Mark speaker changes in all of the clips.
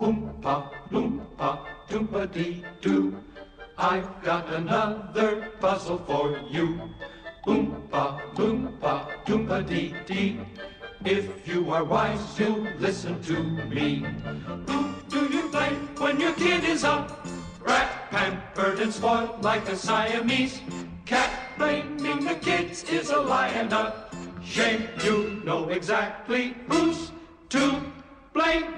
Speaker 1: Oompa, loompa, doompa dee doo. I've got another puzzle for you. Oompa, loompa, doompa dee dee. If you are wise, you'll listen to me. Who do you blame when your kid is up? Rat pampered and spoiled like a Siamese cat. Blaming the kids is a lie and a shame. You know exactly who's to blame.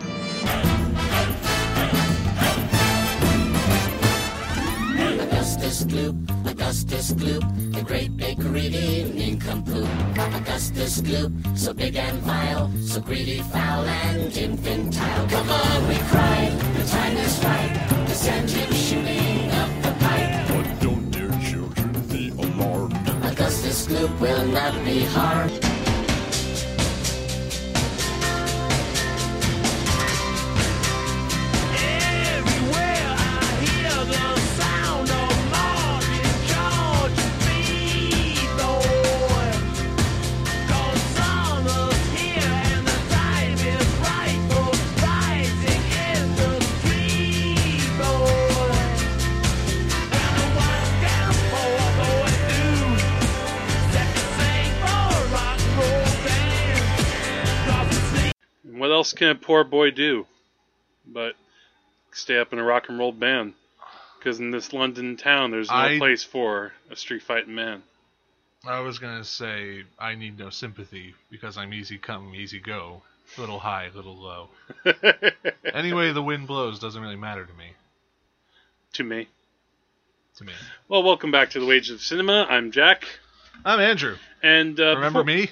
Speaker 2: Augustus Gloop, Augustus Gloop, the great big greedy nincompoop. Augustus Gloop, so big and vile, so greedy, foul, and infantile. Come on, we cried, the time is right to send him shooting up the pipe.
Speaker 3: But don't, dear children, be alarmed.
Speaker 2: Augustus Gloop will not be harmed.
Speaker 4: Everywhere I hear the sound of Martin George feed boy. summer's here and the time is right for rising in the street, boy. And the white down for boys do set the same for rock and roll band. Drop the sleep
Speaker 5: What else can a poor boy do but stay up in a rock and roll band? Because in this London town, there's no
Speaker 6: I-
Speaker 5: place for a street fighting man.
Speaker 6: I was gonna say I need no sympathy because I'm easy come, easy go, little high, little low. Anyway, the wind blows doesn't really matter to me.
Speaker 5: to me.
Speaker 6: To me,
Speaker 5: Well, welcome back to the Wages of Cinema. I'm Jack,
Speaker 6: I'm Andrew.
Speaker 5: and uh,
Speaker 6: Remember
Speaker 5: before-
Speaker 6: me?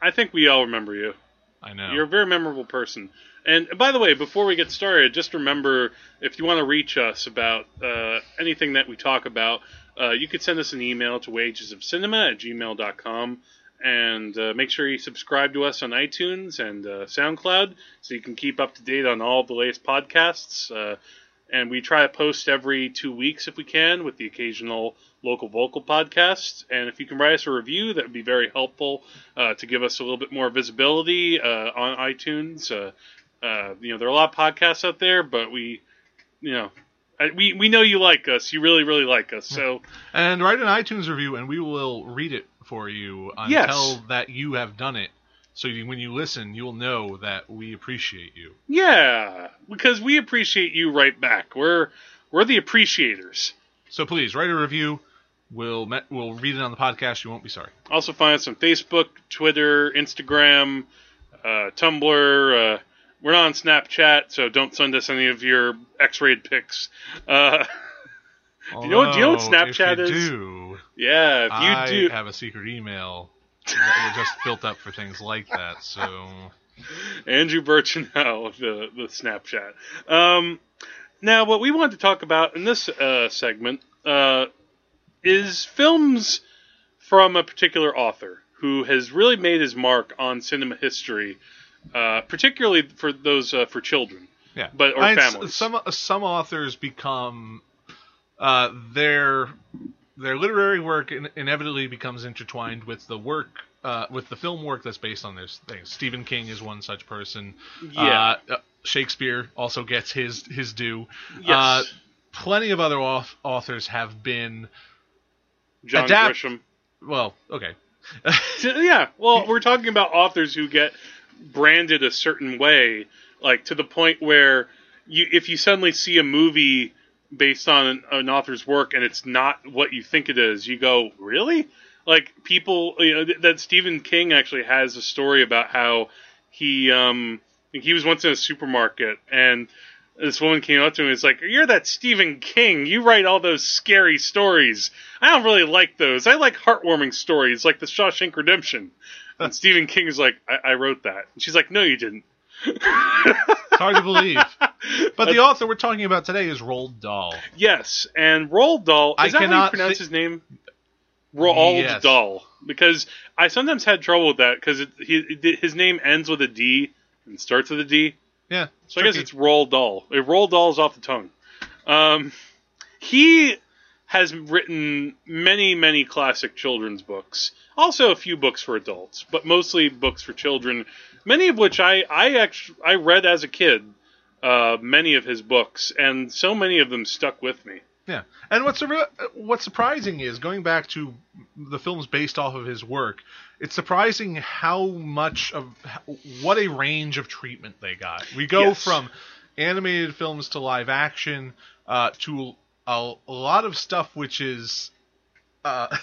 Speaker 5: I think we all remember you.
Speaker 6: I know.
Speaker 5: You're a very memorable person. And by the way, before we get started, just remember if you want to reach us about uh, anything that we talk about, uh, you could send us an email to wagesofcinema at gmail.com. And uh, make sure you subscribe to us on iTunes and uh, SoundCloud so you can keep up to date on all the latest podcasts. Uh, and we try to post every two weeks if we can with the occasional local vocal podcast and if you can write us a review that would be very helpful uh, to give us a little bit more visibility uh, on itunes uh, uh, you know there are a lot of podcasts out there but we you know I- we, we know you like us you really really like us so
Speaker 6: And write an iTunes review, and we will read it for you until
Speaker 5: Yes.
Speaker 6: that you have done it. So you, when you listen, you'll know that we appreciate you.
Speaker 5: yeah because we appreciate you right back we're we're the appreciators
Speaker 6: So please write a review. We'll me- we'll read it on the podcast. You won't be sorry.
Speaker 5: Also find us on Facebook, Twitter, Instagram, uh, Tumblr. Uh, we're not on Snapchat, so don't send us any of your X-rayed pics. Uh, you know- do you know what
Speaker 6: Although,
Speaker 5: Snapchat
Speaker 6: if you
Speaker 5: is?
Speaker 6: Do,
Speaker 5: yeah, if you
Speaker 6: I
Speaker 5: do,
Speaker 6: have a secret email that was just built up for things like that. So
Speaker 5: Andrew Birchenow, the the Snapchat. Um, now, what we want to talk about in this uh, segment uh, is films from a particular author who has really made his mark on cinema history, uh, particularly for those uh, for children.
Speaker 6: yeah,
Speaker 5: But- or
Speaker 6: I mean, s-
Speaker 5: families.
Speaker 6: Some some authors become uh, their their literary work in, inevitably becomes intertwined with the work. Uh, with the film work that's based on those things, Stephen King is one such person.
Speaker 5: Yeah.
Speaker 6: Uh, uh, Shakespeare also gets his his due.
Speaker 5: Yes.
Speaker 6: Uh, plenty of other auth- authors have been
Speaker 5: John
Speaker 6: Adapt-
Speaker 5: Grisham.
Speaker 6: well, okay,
Speaker 5: Yeah, well, we're talking about authors who get branded a certain way, like to the point where you, if you suddenly see a movie based on an, an author's work and it's not what you think it is, you go, really? Like people, you know, th- that Stephen King actually has a story about how he, um, he was once in a supermarket and this woman came up to me and was like, You're that Stephen King. You write all those scary stories. I don't really like those. I like heartwarming stories like The Shawshank Redemption. And Stephen King is like, I, I wrote that. And she's like, No, you didn't.
Speaker 6: It's hard to believe. But the author we're talking about today is Roald Dahl.
Speaker 5: Yes. And Roald Dahl,
Speaker 6: I
Speaker 5: is that how you
Speaker 6: cannot
Speaker 5: pronounce
Speaker 6: thi-
Speaker 5: his name? Roald
Speaker 6: Yes.
Speaker 5: Dahl. Because I sometimes had trouble with that because his name ends with a D and starts with a D.
Speaker 6: Yeah.
Speaker 5: So I guess it's Roald Dahl. It Roald Dahl's off the tongue. Um, he has written many, many classic children's books. Also a few books for adults, but mostly books for children. Many of which I I actually I read as a kid, uh, many of his books, and so many of them stuck with me.
Speaker 6: Yeah, and what's surre- what's surprising is going back to the films based off of his work. It's surprising how much of what a range of treatment they got. We go
Speaker 5: Yes.
Speaker 6: from animated films to live action uh, to a, a lot of stuff, which is uh,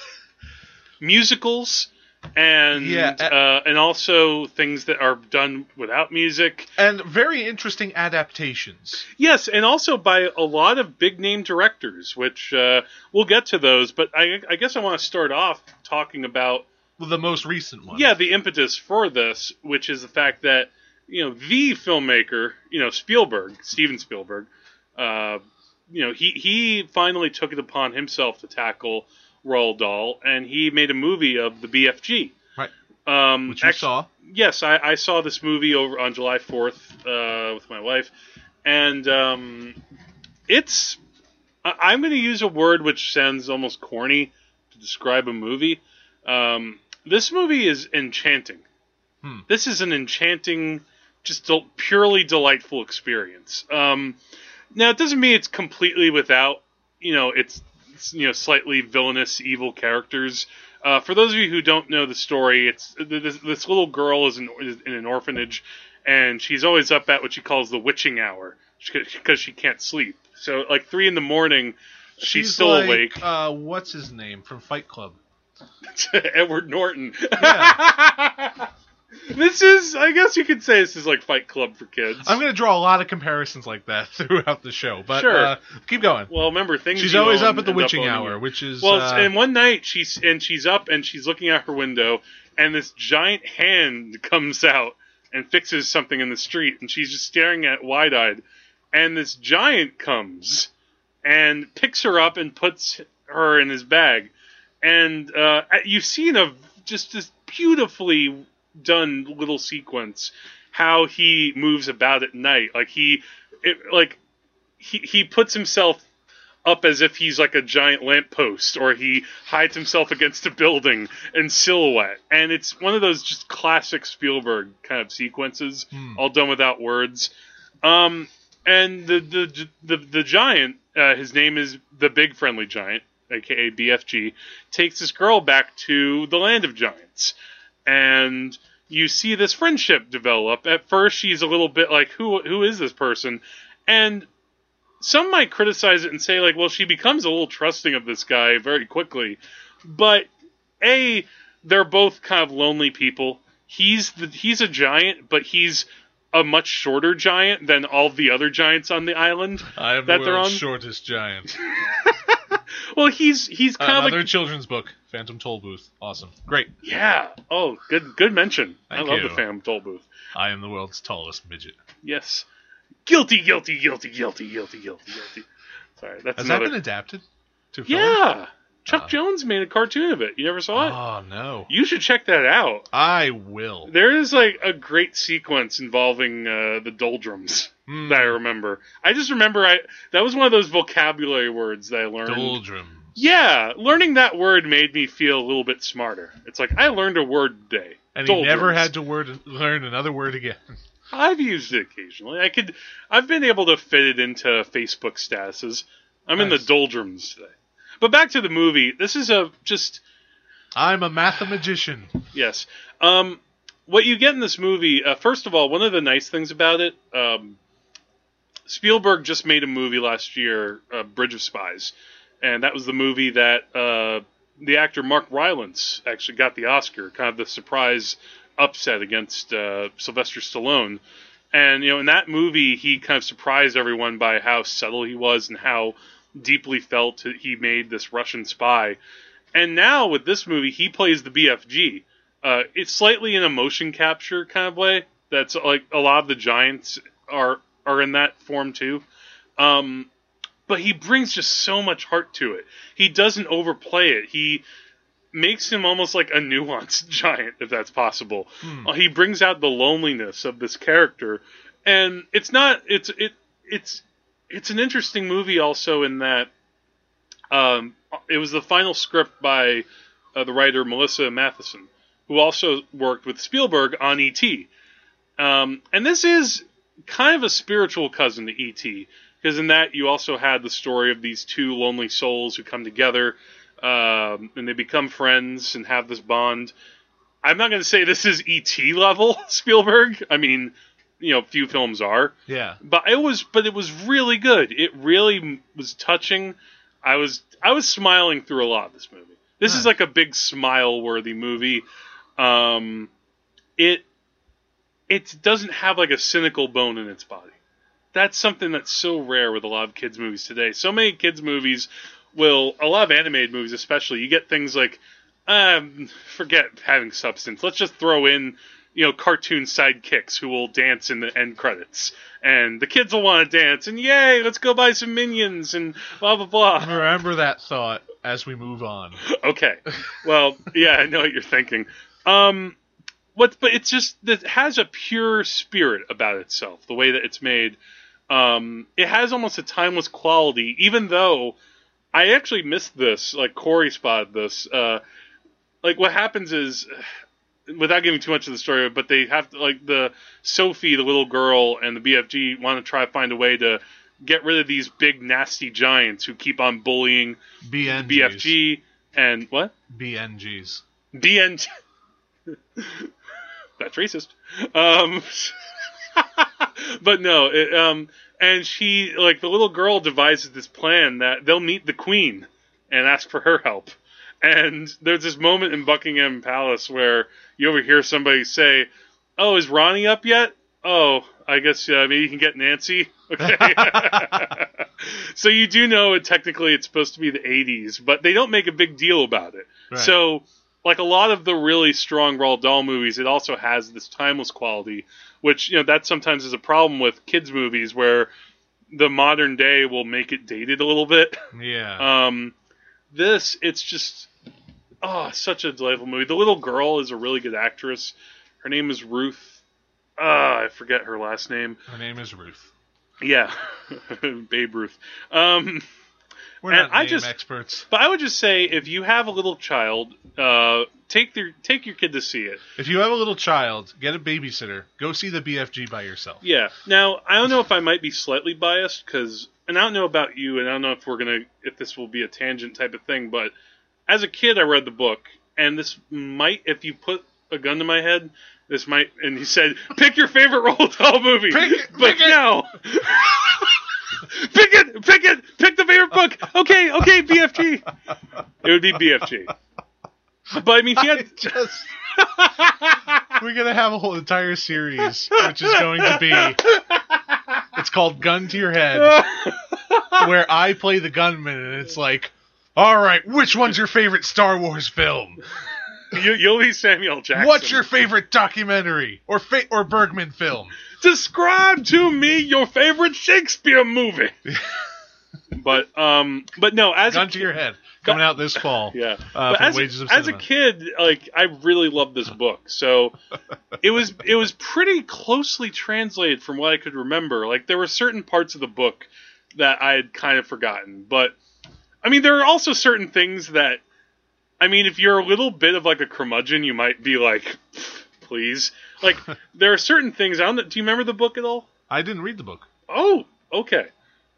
Speaker 5: Musicals. And
Speaker 6: Yeah, a-
Speaker 5: uh, and also things that are done without music.
Speaker 6: and very interesting adaptations.
Speaker 5: Yes, and also by a lot of big name directors, which uh, we'll get to those. But I, I guess I want to start off talking about
Speaker 6: The most recent one.
Speaker 5: yeah the impetus for this, which is the fact that you know the filmmaker, you know Spielberg, Steven Spielberg, uh, you know he he finally took it upon himself to tackle Roald Dahl, and he made a movie of the BFG.
Speaker 6: right.
Speaker 5: Um,
Speaker 6: Which you
Speaker 5: actu-
Speaker 6: saw.
Speaker 5: yes, I, I saw this movie over on July Fourth uh, with my wife, and um, it's. I- I'm going to use a word which sounds almost corny to describe a movie. Um, this movie is enchanting. This is an enchanting, just del- purely delightful experience. Um, now it doesn't mean it's completely without, you know, it's, it's, you know slightly villainous, evil characters. Uh, for those of you who don't know the story, it's th- this, this little girl is in, is in an orphanage, and she's always up at what she calls the witching hour because she can't sleep. So like three in the morning, she's, still
Speaker 6: like,
Speaker 5: awake.
Speaker 6: Uh, what's his name from Fight Club?
Speaker 5: Edward Norton.
Speaker 6: Yeah.
Speaker 5: this is, I guess you could say, this is like Fight Club for kids.
Speaker 6: I'm going to draw a lot of comparisons like that throughout the show, but
Speaker 5: Sure.
Speaker 6: uh, keep going.
Speaker 5: well, remember things.
Speaker 6: She's
Speaker 5: you
Speaker 6: always
Speaker 5: own
Speaker 6: up at the
Speaker 5: end
Speaker 6: witching
Speaker 5: owning
Speaker 6: hour,
Speaker 5: you.
Speaker 6: which is
Speaker 5: Well, it's
Speaker 6: uh,
Speaker 5: and one night she's and she's up and she's looking out her window, and this giant hand comes out and fixes something in the street, and she's just staring at wide eyed, and this giant comes and picks her up and puts her in his bag, and uh, you've seen a just this beautifully done little sequence how he moves about at night, like he it, like he he puts himself up as if he's like a giant lamppost or he hides himself against a building in silhouette. And it's one of those just classic Spielberg kind of sequences, all done without words. Um, and the the the, the giant, uh, his name is the Big Friendly Giant, aka BFG, takes this girl back to the land of giants, and you see this friendship develop. At first, she's a little bit like, "Who who is this person?" And some might criticize it and say, like, well, she becomes a little trusting of this guy very quickly. But a, they're both kind of lonely people. He's the, he's a giant, but he's a much shorter giant than all the other giants on the island
Speaker 6: I am
Speaker 5: that
Speaker 6: the
Speaker 5: they're
Speaker 6: world's
Speaker 5: on.
Speaker 6: shortest giant.
Speaker 5: Well, he's he's kind of
Speaker 6: Another
Speaker 5: like
Speaker 6: children's book, Phantom Toll Booth. Awesome, great.
Speaker 5: yeah. Oh, good good mention.
Speaker 6: Thank
Speaker 5: I love
Speaker 6: you.
Speaker 5: the Phantom Toll Booth.
Speaker 6: I am the world's tallest midget.
Speaker 5: Yes, guilty, guilty, guilty, guilty, guilty, guilty, guilty. Sorry, that's
Speaker 6: Has
Speaker 5: another.
Speaker 6: that been adapted to film?
Speaker 5: yeah, Chuck Jones made a cartoon of it. You never saw it?
Speaker 6: Uh. Oh no.
Speaker 5: you should check that out.
Speaker 6: I will.
Speaker 5: There is like a great sequence involving uh, the doldrums
Speaker 6: Hmm.
Speaker 5: that I remember. I just remember I that was one of those vocabulary words that I learned.
Speaker 6: Doldrum.
Speaker 5: Yeah, learning that word made me feel a little bit smarter. It's like I learned a word today.
Speaker 6: And he never
Speaker 5: Doldrums.
Speaker 6: had to word learn another word again.
Speaker 5: I've used it occasionally. I could. I've been able to fit it into Facebook statuses. I'm in the
Speaker 6: Nice.
Speaker 5: doldrums today. But back to the movie. This is a just
Speaker 6: I'm a mathemagician.
Speaker 5: Yes. Um, what you get in this movie, uh, first of all, one of the nice things about it, um, Spielberg just made a movie last year, uh, Bridge of Spies, and that was the movie that uh, the actor Mark Rylance actually got the Oscar, kind of the surprise upset against uh, Sylvester Stallone. And you know, in that movie, he kind of surprised everyone by how subtle he was and how deeply felt he made this Russian spy. And now with this movie, he plays the BFG. Uh, it's slightly in a motion capture kind of way. That's like a lot of the giants are are in that form too. Um, but he brings just so much heart to it. He doesn't overplay it. He makes him almost like a nuanced giant, if that's possible. Uh, he brings out the loneliness of this character, and it's not. It's it. It's it's an interesting movie also in that um, it was the final script by uh, the writer Melissa Matheson, who also worked with Spielberg on E.T. Um, E and this is kind of a spiritual cousin to E.T. Because in that you also had the story of these two lonely souls who come together um, and they become friends and have this bond. I'm not going to say this is E.T. level Spielberg. I mean, you know, few films are,
Speaker 6: Yeah.
Speaker 5: but it was, but it was really good. It really m- was touching. I was, I was smiling through a lot of this movie. This is
Speaker 6: Nice.
Speaker 5: like a big smile-worthy movie. Um, it, it doesn't have like a cynical bone in its body. That's something that's so rare with a lot of kids movies today. So many kids movies will a lot of animated movies especially you get things like um, forget having substance. Let's just throw in you know cartoon sidekicks who will dance in the end credits and the kids will want to dance and yay let's go buy some minions and blah blah blah
Speaker 6: Remember that thought as we move on.
Speaker 5: okay. Well, yeah, I know what you're thinking. Um, what? But it's just that it has a pure spirit about itself. The way that it's made, um, it has almost a timeless quality. Even though I actually missed this, like Corey spotted this. Uh, like what happens is, without giving too much of the story, but they have to like the Sophie, the little girl, and the BFG want to try to find a way to get rid of these big nasty giants who keep on bullying
Speaker 6: BNGs.
Speaker 5: BFG and what?
Speaker 6: BNGs.
Speaker 5: BNG. That's racist. Um, but no, it, um, and she like the little girl devises this plan that they'll meet the queen and ask for her help. And there's this moment in Buckingham Palace where you overhear somebody say, "Oh, is Ronnie up yet? Oh, I guess uh, maybe you can get Nancy." Okay. so you do know it technically it's supposed to be the 80s, but they don't make a big deal about it.
Speaker 6: Right.
Speaker 5: So like a lot of the really strong Roald Dahl movies, it also has this timeless quality, which you know that sometimes is a problem with kids movies where the modern day will make it dated a little bit.
Speaker 6: Yeah.
Speaker 5: Um, this, it's just, oh, such a delightful movie. The little girl is a really good actress. Her name is Ruth. Ah, I forget her last name.
Speaker 6: Her name is Ruth.
Speaker 5: Yeah, Babe Ruth. Um,
Speaker 6: We're
Speaker 5: And
Speaker 6: not
Speaker 5: I
Speaker 6: name
Speaker 5: just-
Speaker 6: experts.
Speaker 5: but I would just say if you have a little child, uh, take their take your kid to see it.
Speaker 6: If you have a little child, get a babysitter. Go see the BFG by yourself.
Speaker 5: Yeah. Now I don't know if I might be slightly biased because, and I don't know about you, and I don't know if we're gonna if this will be a tangent type of thing, but as a kid I read the book, and this might, if you put a gun to my head, this might, and he said, pick your favorite Roald Dahl movie,
Speaker 6: Pick-
Speaker 5: but
Speaker 6: pick it.
Speaker 5: no. Pick it, pick it, pick the favorite book. Okay, okay, BFG. It would be BFG. But I mean, he had
Speaker 6: Just- we're gonna have a whole entire series, which is going to be. It's called Gun to Your Head, where I play the gunman, and it's like, all right, which one's your favorite Star Wars film?
Speaker 5: you, you'll be Samuel Jackson.
Speaker 6: What's your favorite documentary or fa- or Bergman film?
Speaker 5: describe to me your favorite Shakespeare movie. but um, but no, as
Speaker 6: Gun
Speaker 5: a,
Speaker 6: to Your Head, coming out this fall.
Speaker 5: yeah,
Speaker 6: uh,
Speaker 5: but
Speaker 6: from
Speaker 5: as,
Speaker 6: Wages
Speaker 5: a,
Speaker 6: of
Speaker 5: as a
Speaker 6: Cinema.
Speaker 5: kid, like I really loved this book, so it was it was pretty closely translated from what I could remember. Like there were certain parts of the book that I had kind of forgotten, but I mean there are also certain things that I mean if you're a little bit of like a curmudgeon, you might be like, please. Like there are certain things. I don't. know- Do you remember the book at all?
Speaker 6: I didn't read the book.
Speaker 5: Oh, okay.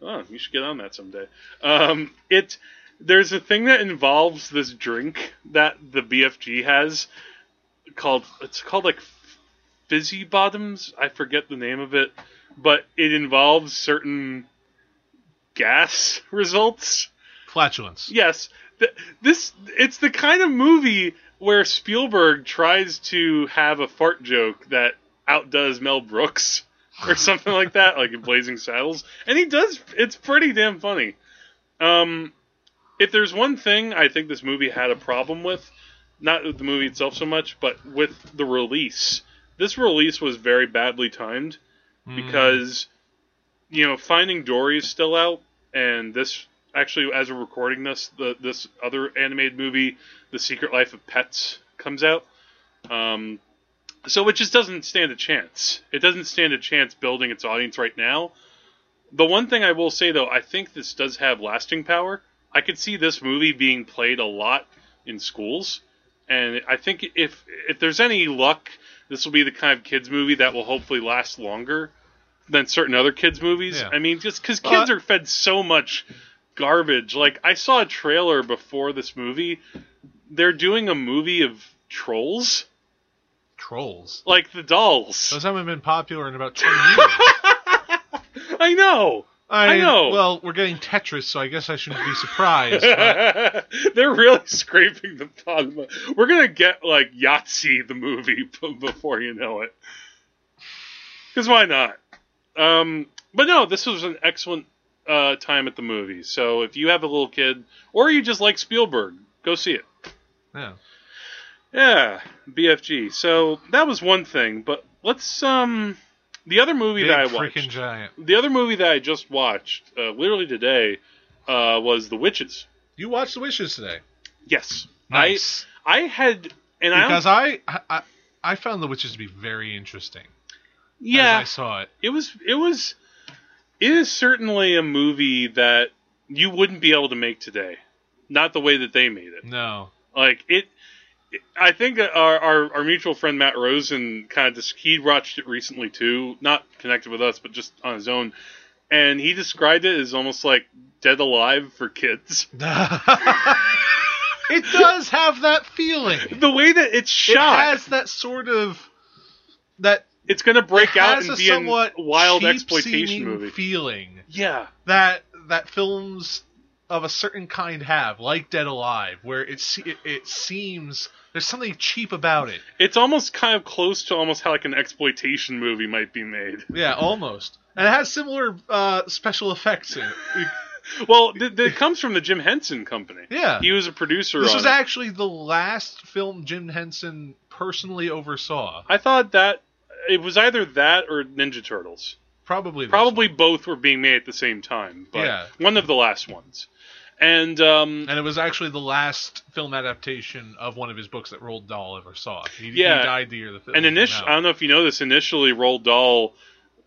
Speaker 5: Oh, you should get on that someday. Um, it there's a thing that involves this drink that the BFG has called it's called like fizzy bottoms. I forget the name of it, but it involves certain gas results.
Speaker 6: Flatulence.
Speaker 5: Yes, th- this it's the kind of movie where Spielberg tries to have a fart joke that outdoes Mel Brooks or something like that, like in Blazing Saddles, and he does. It's pretty damn funny. Um, if there's one thing I think this movie had a problem with, not with the movie itself so much, but with the release. This release was very badly timed because you know Finding Dory is still out, and this actually, as we're recording this, the this other animated movie, The Secret Life of Pets, comes out. Um, so it just doesn't stand a chance. It doesn't stand a chance building its audience right now. The one thing I will say though, I think this does have lasting power. I could see this movie being played a lot in schools, and I think if if there's any luck, this will be the kind of kids movie that will hopefully last longer than certain other kids movies.
Speaker 6: Yeah.
Speaker 5: I mean, just because
Speaker 6: Well,
Speaker 5: kids
Speaker 6: I-
Speaker 5: are fed so much garbage. Like I saw a trailer before this movie. They're doing a movie of trolls,
Speaker 6: Trolls.
Speaker 5: like the dolls.
Speaker 6: Those haven't been popular in about ten years.
Speaker 5: I know. I
Speaker 6: mean,
Speaker 5: know.
Speaker 6: Well, we're getting Tetris, so I guess I shouldn't be surprised. but
Speaker 5: They're really scraping the bottom. of- We're gonna get like Yahtzee the movie b- before you know it. Because why not? Um, but no, this was an excellent uh, time at the movie. So if you have a little kid, or you just like Spielberg, go see it.
Speaker 6: yeah.
Speaker 5: Yeah, BFG. So that was one thing. But let's um, the other movie
Speaker 6: Big
Speaker 5: that I watched.
Speaker 6: freaking giant.
Speaker 5: the other movie that I just watched, uh, literally today, uh, was The Witches.
Speaker 6: You watched The Wishes today.
Speaker 5: Yes.
Speaker 6: Nice.
Speaker 5: I I had and I
Speaker 6: because
Speaker 5: don't-
Speaker 6: I, I I- I found The Witches to be very interesting.
Speaker 5: yeah
Speaker 6: As I saw it.
Speaker 5: it was it was it is certainly a movie that you wouldn't be able to make today, not the way that they made it.
Speaker 6: No.
Speaker 5: Like it, it- I think our, our our mutual friend Matt Rosen kind of just he watched it recently too, not connected with us, but just on his own, and he described it as almost like Dead Alive for kids.
Speaker 6: it does have that feeling.
Speaker 5: The way that it's
Speaker 6: It
Speaker 5: shot,
Speaker 6: has that sort of that
Speaker 5: it's going to break
Speaker 6: it
Speaker 5: out
Speaker 6: has
Speaker 5: and
Speaker 6: a
Speaker 5: be a
Speaker 6: somewhat
Speaker 5: wild
Speaker 6: cheap
Speaker 5: exploitation
Speaker 6: seeming
Speaker 5: movie.
Speaker 6: feeling
Speaker 5: yeah.
Speaker 6: that that films of a certain kind have, like Dead Alive, where it se- it, it seems there's something cheap about it.
Speaker 5: It's almost kind of close to almost how like an exploitation movie might be made.
Speaker 6: Yeah, almost. And it has similar uh, special effects in it.
Speaker 5: Well, th- th- it comes from the Jim Henson Company.
Speaker 6: Yeah.
Speaker 5: he was a producer.
Speaker 6: This
Speaker 5: on
Speaker 6: was
Speaker 5: it.
Speaker 6: actually the last film Jim Henson personally oversaw.
Speaker 5: I thought that it was either that or Ninja Turtles.
Speaker 6: Probably. this
Speaker 5: Probably both were being made at the same time, but
Speaker 6: Yeah.
Speaker 5: one of the last ones. And um,
Speaker 6: one. And it was actually the last film adaptation of one of his books that Roald Dahl ever saw. He, he
Speaker 5: Yeah.
Speaker 6: died the year the film.
Speaker 5: and
Speaker 6: came
Speaker 5: initially,
Speaker 6: out.
Speaker 5: I don't know if you know this. Initially, Roald Dahl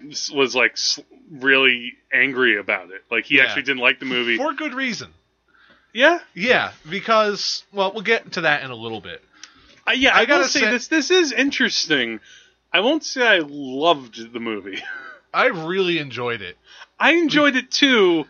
Speaker 5: s- was like s- really angry about it. Like he
Speaker 6: Yeah.
Speaker 5: actually didn't like the movie.
Speaker 6: for good reason.
Speaker 5: yeah,
Speaker 6: Yeah, because well, we'll get to that in a little bit.
Speaker 5: Uh, yeah, I,
Speaker 6: I
Speaker 5: gotta
Speaker 6: gotta
Speaker 5: say
Speaker 6: say-
Speaker 5: this. This is interesting. I won't say I loved the movie.
Speaker 6: I really enjoyed it.
Speaker 5: I enjoyed it too.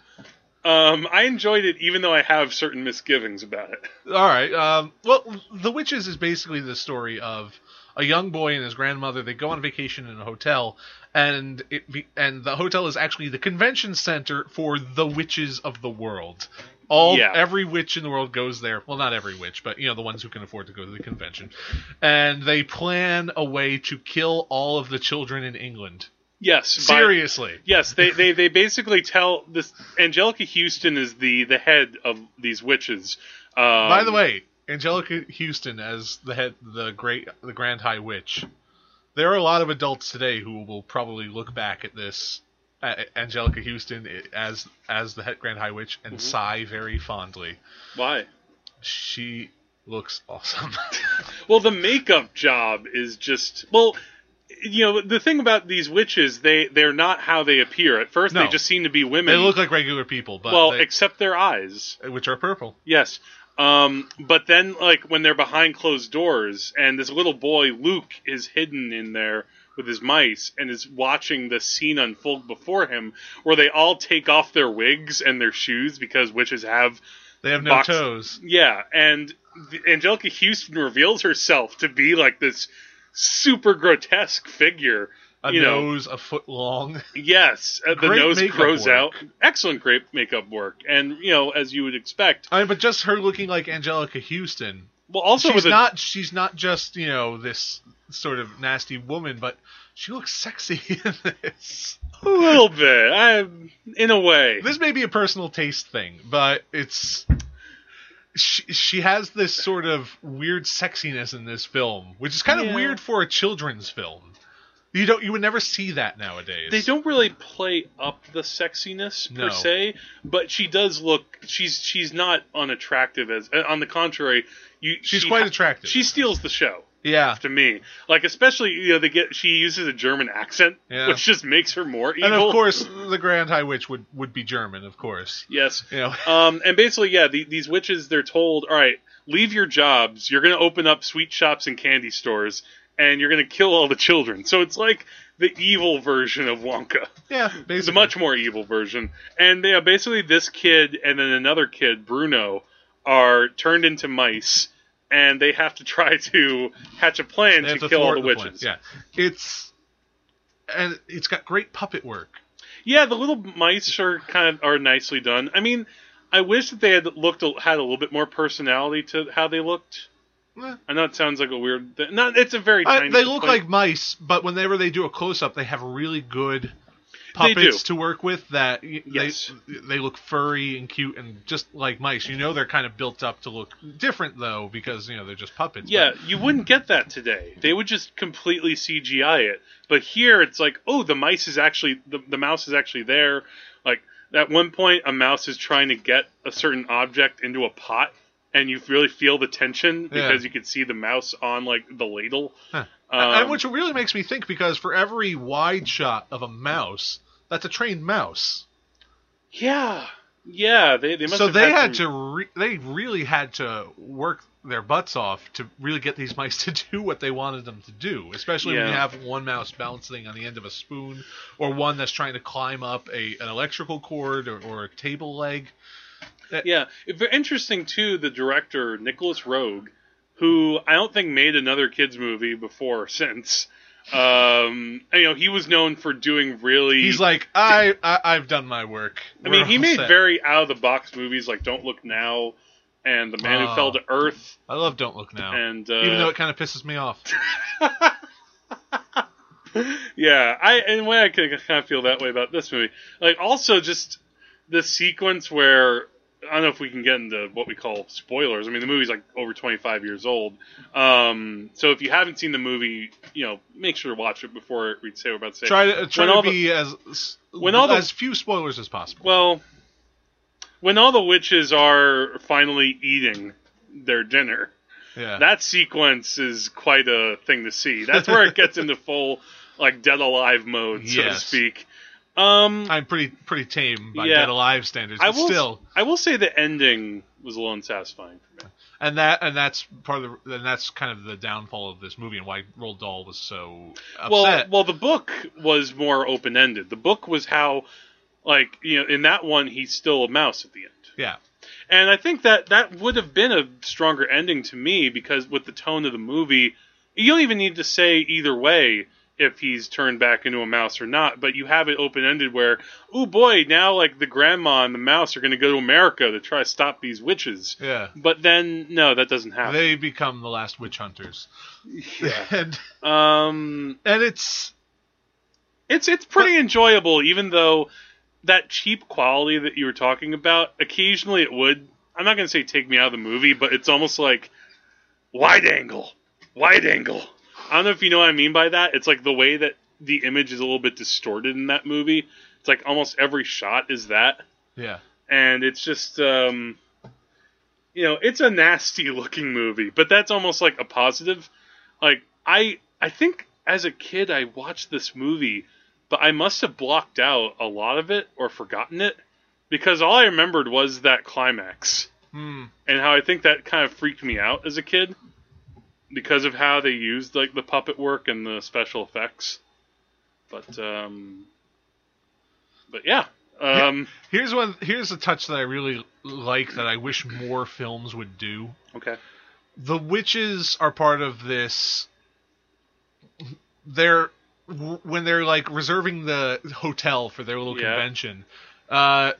Speaker 5: Um, I enjoyed it, even though I have certain misgivings about it.
Speaker 6: All right. Um, well, The Witches is basically the story of a young boy and his grandmother. They go on vacation in a hotel, and it be, and the hotel is actually the convention center for the witches of the world. All
Speaker 5: Yeah.
Speaker 6: every witch in the world goes there. Well, not every witch, but you know the ones who can afford to go to the convention. And they plan a way to kill all of the children in England.
Speaker 5: Yes, by-
Speaker 6: Seriously.
Speaker 5: yes, they, they they basically tell this. Angelica Houston is the the head of these witches. Um,
Speaker 6: By the way, Angelica Houston as the head, the great, the Grand High Witch. There are a lot of adults today who will probably look back at this at at Angelica Houston i- as as the head Grand High Witch and
Speaker 5: Mm-hmm.
Speaker 6: sigh very fondly.
Speaker 5: why?
Speaker 6: She looks awesome.
Speaker 5: Well, the makeup job is just well. You know the thing about these witches, they they're not how they appear. At first, they
Speaker 6: No.
Speaker 5: just seem to be women.
Speaker 6: they look like regular people, but
Speaker 5: well,
Speaker 6: they-
Speaker 5: except their eyes.
Speaker 6: which are purple.
Speaker 5: Yes. Um, but then, like, when they're behind closed doors, and this little boy, Luke, is hidden in there with his mice and is watching the scene unfold before him, where they all take off their wigs and their shoes because witches have.
Speaker 6: They have no
Speaker 5: Box-
Speaker 6: toes.
Speaker 5: Yeah, and the, Angelica Houston reveals herself to be, like, this super grotesque figure.
Speaker 6: A
Speaker 5: you know,
Speaker 6: nose a foot long.
Speaker 5: yes, uh, the
Speaker 6: Great
Speaker 5: nose
Speaker 6: makeup
Speaker 5: grows
Speaker 6: work.
Speaker 5: out. Excellent great makeup work. And, you know, as you would expect.
Speaker 6: I mean, but just her looking like Angelica Houston
Speaker 5: Well, also
Speaker 6: she's
Speaker 5: with a-
Speaker 6: not she's not just you know this sort of nasty woman, but she looks sexy in this.
Speaker 5: A little bit. I, in a way.
Speaker 6: This may be a personal taste thing, but it's she, she has this sort of weird sexiness in this film, which is kind
Speaker 5: Yeah.
Speaker 6: of weird for a children's film. You don't you would never see that nowadays.
Speaker 5: They don't really play up the sexiness per
Speaker 6: No.
Speaker 5: se, but she does look. She's she's not unattractive as. uh, On the contrary, you
Speaker 6: She's
Speaker 5: she
Speaker 6: quite
Speaker 5: ha-
Speaker 6: attractive.
Speaker 5: She steals the show
Speaker 6: Yeah.
Speaker 5: to me. Like especially you know they get she uses a German accent,
Speaker 6: Yeah.
Speaker 5: which just makes her more evil.
Speaker 6: And of course, the Grand High Witch would, would be German, of course.
Speaker 5: yes.
Speaker 6: You know,
Speaker 5: Um, and basically, yeah, the, these witches, they're told, all right, leave your jobs. You're going to open up sweet shops and candy stores, and you're going to kill all the children. So it's like the evil version of Wonka.
Speaker 6: Yeah,
Speaker 5: It's a
Speaker 6: basically.
Speaker 5: much more evil version. And yeah, basically this kid and then another kid, Bruno, are turned into mice, and they have to try to hatch a plan
Speaker 6: They have to
Speaker 5: to kill all
Speaker 6: thwart
Speaker 5: the
Speaker 6: plan.
Speaker 5: witches.
Speaker 6: Yeah, it's and it's got great puppet work.
Speaker 5: Yeah, the little mice are kind of are nicely done. I mean, I wish that they had looked a- had a little bit more personality to how they looked.
Speaker 6: Eh.
Speaker 5: I know it sounds like a weird. Th- not, it's a very.
Speaker 6: I,
Speaker 5: tiny
Speaker 6: Uh, they look
Speaker 5: complaint.
Speaker 6: like mice, but whenever they do a close up, they have really good
Speaker 5: They do.
Speaker 6: puppets to work with. That y-
Speaker 5: Yes.
Speaker 6: they they look furry and cute and just like mice. You know, they're kind of built up to look different though, because you know they're just puppets. but-
Speaker 5: Yeah, you wouldn't get that today. They would just completely CGI it. But here, it's like, oh, the mice is actually the, the mouse is actually there. Like at one point, a mouse is trying to get a certain object into a pot, and you really feel the tension
Speaker 6: Yeah.
Speaker 5: because you could see the mouse on like the ladle.
Speaker 6: Huh.
Speaker 5: Um,
Speaker 6: and which really makes me think because for every wide shot of a mouse, that's a trained mouse.
Speaker 5: yeah, yeah, they they must.
Speaker 6: So
Speaker 5: have
Speaker 6: they
Speaker 5: had,
Speaker 6: had
Speaker 5: some-
Speaker 6: to re- they really had to work their butts off to really get these mice to do what they wanted them to do. Especially when you
Speaker 5: Yeah.
Speaker 6: have one mouse balancing on the end of a spoon, or one that's trying to climb up a an electrical cord or, or a table leg.
Speaker 5: Yeah, It- very interesting too. The director Nicholas Rogue, who I don't think made another kids movie before or since. Um, and, you know, he was known for doing really.
Speaker 6: He's like, I, I I've done my work.
Speaker 5: I mean,
Speaker 6: We're
Speaker 5: he
Speaker 6: all
Speaker 5: made
Speaker 6: set."
Speaker 5: very out of the box movies like Don't Look Now, and The Man Who
Speaker 6: Ah.
Speaker 5: Fell to Earth,
Speaker 6: I love Don't Look Now,
Speaker 5: and uh,
Speaker 6: even though it kind of pisses me off.
Speaker 5: yeah, I in a way I could kind of feel that way about this movie. Like also just the sequence where I don't know if we can get into what we call spoilers. I mean, the movie's like over 25 years old. Um, so if you haven't seen the movie, you know, make sure to watch it before we say what we're about to say.
Speaker 6: Try to try
Speaker 5: When all
Speaker 6: to
Speaker 5: the-
Speaker 6: be as
Speaker 5: when all the-
Speaker 6: as few spoilers as possible.
Speaker 5: Well, when all the witches are finally eating their dinner,
Speaker 6: Yeah.
Speaker 5: that sequence is quite a thing to see. That's where it gets into full like dead alive mode, so to
Speaker 6: Yes.
Speaker 5: speak. Um,
Speaker 6: I'm pretty pretty tame by
Speaker 5: Yeah.
Speaker 6: Dead Alive standards,
Speaker 5: I
Speaker 6: but
Speaker 5: will,
Speaker 6: still.
Speaker 5: I will say the ending was a little unsatisfying for me.
Speaker 6: And that and that's part of the and that's kind of the downfall of this movie and why Roald Dahl was so upset.
Speaker 5: Well, well, the book was more open ended. The book was how, like, you know, in that one, he's still a mouse at the end.
Speaker 6: yeah.
Speaker 5: And I think that that would have been a stronger ending to me because with the tone of the movie, you don't even need to say either way if he's turned back into a mouse or not, but you have it open ended where, oh boy, now like the grandma and the mouse are going to go to America to try to stop these witches.
Speaker 6: Yeah.
Speaker 5: But then, no, that doesn't happen.
Speaker 6: They become the last witch hunters.
Speaker 5: Yeah.
Speaker 6: And
Speaker 5: Um,
Speaker 6: and it's
Speaker 5: it's it's pretty enjoyable, even though that cheap quality that you were talking about. Occasionally, it would. I'm not gonna say take me out of the movie, but it's almost like wide angle, wide angle. I don't know if you know what I mean by that. It's like the way that the image is a little bit distorted in that movie. It's like almost every shot is that,
Speaker 6: yeah.
Speaker 5: and it's just. Um, you know, it's a nasty looking movie, but that's almost like a positive. Like I I think as a kid I watched this movie, but I must have blocked out a lot of it or forgotten it because all I remembered was that climax.
Speaker 6: Hmm.
Speaker 5: And how I think that kind of freaked me out as a kid because of how they used like the puppet work and the special effects. But um but yeah. Um
Speaker 6: Here's one here's a touch that I really like that I wish more films would do.
Speaker 5: okay.
Speaker 6: the witches are part of this they're w- when they're like reserving the hotel for their little
Speaker 5: Yeah.
Speaker 6: convention uh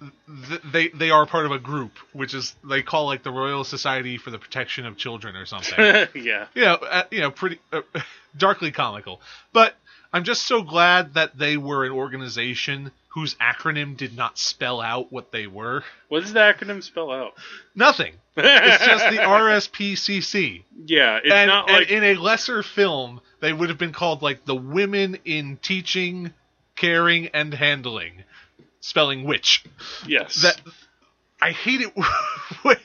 Speaker 6: th- they they are part of a group which is they call like the royal society for the protection of children or something
Speaker 5: yeah.
Speaker 6: you know uh, you know pretty uh, darkly comical but i'm just so glad that they were an organization whose acronym did not spell out what they were
Speaker 5: What does the acronym spell out?
Speaker 6: nothing it's just the rspcc
Speaker 5: Yeah, it's
Speaker 6: and,
Speaker 5: not
Speaker 6: and
Speaker 5: like
Speaker 6: in a lesser film, they would have been called like the women in teaching, caring, and handling, spelling witch.
Speaker 5: yes.
Speaker 6: That I hate it when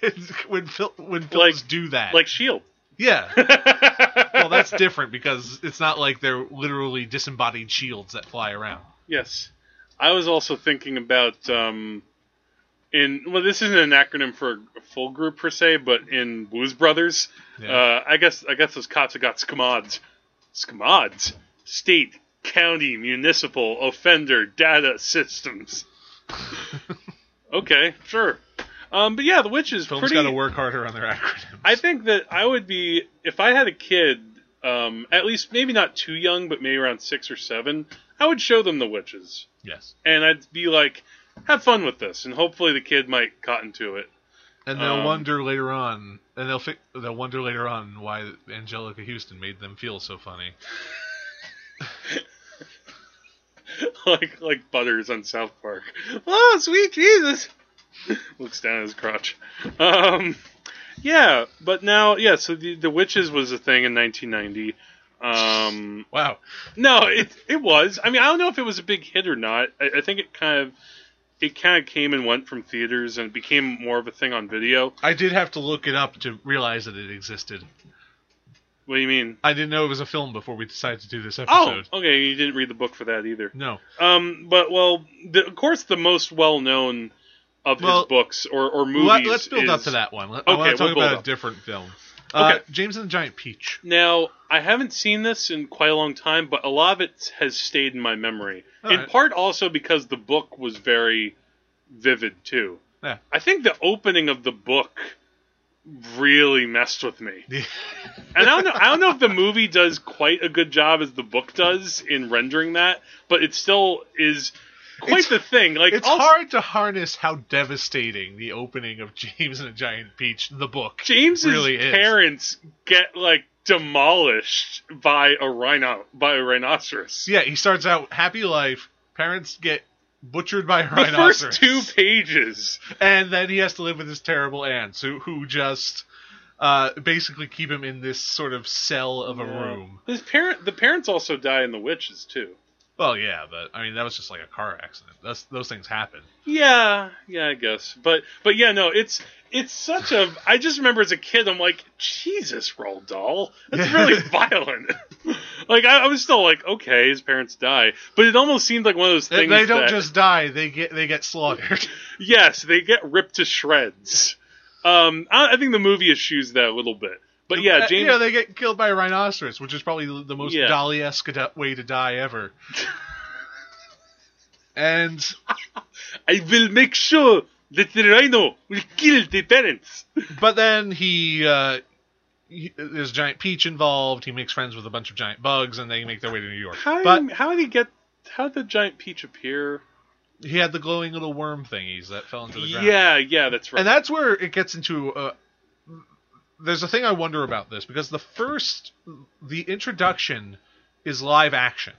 Speaker 6: when, fil- when films
Speaker 5: Like-
Speaker 6: do that.
Speaker 5: like Shield.
Speaker 6: yeah. well, that's different because it's not like they're literally disembodied shields that fly around.
Speaker 5: Yes, I was also thinking about um, in well, this isn't an acronym for a full group per se, but in Blues Brothers,
Speaker 6: Yeah.
Speaker 5: uh, I guess I guess those cops have got SCMODs, SCMODs, state county municipal offender data systems. okay, sure. Um, but yeah, the witch is
Speaker 6: Film's
Speaker 5: pretty.
Speaker 6: got to work harder on their acronyms.
Speaker 5: I think that I would be if I had a kid, um, at least maybe not too young, but maybe around six or seven. I would show them the witches,
Speaker 6: yes,
Speaker 5: and I'd be like, "Have fun with this," and hopefully the kid might cotton to it.
Speaker 6: and they'll
Speaker 5: Um,
Speaker 6: wonder later on, and they'll fi- they'll wonder later on why Angelica Houston made them feel so funny.
Speaker 5: like like Butters on South Park. Oh, sweet Jesus! Looks down at his crotch. Um, yeah, but now, yeah. So the the witches was a thing in 1990. Um,
Speaker 6: Wow,
Speaker 5: no, it it was. I mean, I don't know if it was a big hit or not. I, I think it kind of it kind of came and went from theaters and it became more of a thing on video.
Speaker 6: I did have to look it up to realize that it existed.
Speaker 5: What do you mean?
Speaker 6: I didn't know it was a film before we decided to do this
Speaker 5: Oh,
Speaker 6: episode.
Speaker 5: okay. You didn't read the book for that either.
Speaker 6: No,
Speaker 5: Um, but well, the, of course, the most well known of
Speaker 6: Well,
Speaker 5: his books or or movies.
Speaker 6: Let, us build up
Speaker 5: is-
Speaker 6: to that one. Let, I
Speaker 5: Okay,
Speaker 6: want to
Speaker 5: we'll
Speaker 6: talk
Speaker 5: build
Speaker 6: about a
Speaker 5: up.
Speaker 6: different film. Uh,
Speaker 5: Okay.
Speaker 6: James and the Giant Peach.
Speaker 5: Now, I haven't seen this in quite a long time, but a lot of it has stayed in my memory.
Speaker 6: All
Speaker 5: in
Speaker 6: right.
Speaker 5: part also because the book was very vivid too.
Speaker 6: Yeah.
Speaker 5: I think the opening of the book really messed with me.
Speaker 6: Yeah.
Speaker 5: and I don't know I don't know if the movie does quite a good job as the book does in rendering that, but it still is quite
Speaker 6: It's-
Speaker 5: the thing. Like
Speaker 6: It's
Speaker 5: also-
Speaker 6: hard to harness how devastating the opening of James and the Giant Peach, the book.
Speaker 5: James's
Speaker 6: really is.
Speaker 5: parents get like demolished by a rhino by a rhinoceros.
Speaker 6: Yeah, he starts out happy life. Parents get butchered by a
Speaker 5: the
Speaker 6: rhinoceros,
Speaker 5: first two pages.
Speaker 6: and then he has to live with his terrible aunts, who who just uh, basically keep him in this sort of cell of a room.
Speaker 5: His parent, the parents also die in the witches too.
Speaker 6: Well, yeah, but I mean that was just like a car accident. That's, those things happen.
Speaker 5: Yeah, yeah, I guess. But but yeah, no, it's it's such a. I just remember as a kid, I'm like, Jesus, Roald Dahl, that's really violent. like I, I was still like, okay, his parents die, but it almost seemed like one of those
Speaker 6: They,
Speaker 5: things.
Speaker 6: they don't
Speaker 5: that-
Speaker 6: just die; they get they get slaughtered.
Speaker 5: Yes, they get ripped to shreds. Um, I, I think the movie eschews that a little bit. But yeah,
Speaker 6: Uh,
Speaker 5: James.
Speaker 6: You know, they get killed by a rhinoceros, which is probably the- the most
Speaker 5: Yeah.
Speaker 6: Dolly-esque ad- way to die ever. and
Speaker 5: I will make sure that the rhino will kill the parents.
Speaker 6: but then he, uh, he there's a giant peach involved. He makes friends with a bunch of giant bugs, and they make their way to New York.
Speaker 5: How
Speaker 6: but
Speaker 5: did, how did he get? How did the giant peach appear?
Speaker 6: he had the glowing little worm thingies that fell into the ground.
Speaker 5: Yeah, yeah, that's right.
Speaker 6: and that's where it gets into. Uh, there's a thing I wonder about this because the first, the introduction, is live action,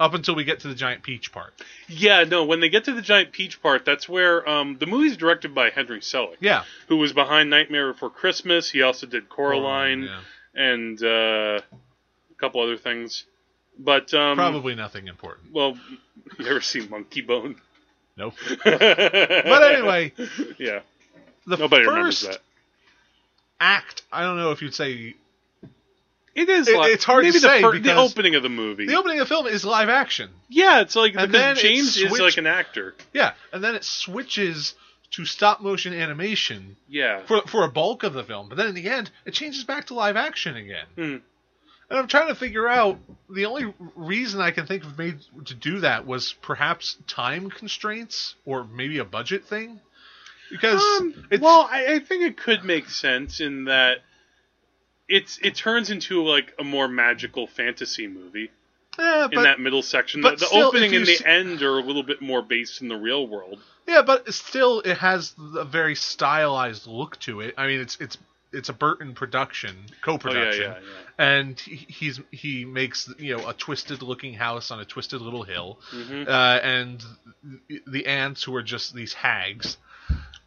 Speaker 6: up until we get to the giant peach part.
Speaker 5: yeah, no. When they get to the giant peach part, that's where um, the movie's directed by Henry Selick,
Speaker 6: Yeah.
Speaker 5: who was behind Nightmare Before Christmas. He also did Coraline
Speaker 6: Oh, Yeah.
Speaker 5: and uh, a couple other things. But um,
Speaker 6: Probably nothing important.
Speaker 5: Well, you ever see Monkey Bone?
Speaker 6: Nope.
Speaker 5: but
Speaker 6: But anyway,
Speaker 5: yeah,
Speaker 6: the
Speaker 5: nobody remembers
Speaker 6: first
Speaker 5: that.
Speaker 6: act, I don't know if you'd say
Speaker 5: It is.
Speaker 6: It-
Speaker 5: like-
Speaker 6: it's hard
Speaker 5: maybe
Speaker 6: to
Speaker 5: the
Speaker 6: say
Speaker 5: fir- the
Speaker 6: because-
Speaker 5: opening of the movie.
Speaker 6: the opening of the film is live action.
Speaker 5: yeah, it's like
Speaker 6: And then
Speaker 5: because
Speaker 6: it
Speaker 5: James is
Speaker 6: switched-
Speaker 5: like an actor.
Speaker 6: Yeah, and then it switches to stop motion animation
Speaker 5: Yeah.
Speaker 6: for for a bulk of the film, but then in the end, it changes back to live action again.
Speaker 5: Hmm.
Speaker 6: And I'm trying to figure out the only reason I can think of made to do that was perhaps time constraints or maybe a budget thing. Because
Speaker 5: Um,
Speaker 6: it's
Speaker 5: well, I, I think it could make sense in that it's it turns into like a more magical fantasy movie
Speaker 6: eh,
Speaker 5: in
Speaker 6: but
Speaker 5: that middle section.
Speaker 6: but
Speaker 5: the the
Speaker 6: still,
Speaker 5: opening
Speaker 6: if
Speaker 5: and
Speaker 6: you s-
Speaker 5: the end are a little bit more based in the real world.
Speaker 6: Yeah, but still, it has a very stylized look to it. I mean, it's it's it's a Burton production,
Speaker 5: Oh yeah,
Speaker 6: co-production,
Speaker 5: yeah, yeah.
Speaker 6: and he- he's he makes you know a twisted looking house on a twisted little hill,
Speaker 5: Mhm.
Speaker 6: uh, and the ants who are just these hags.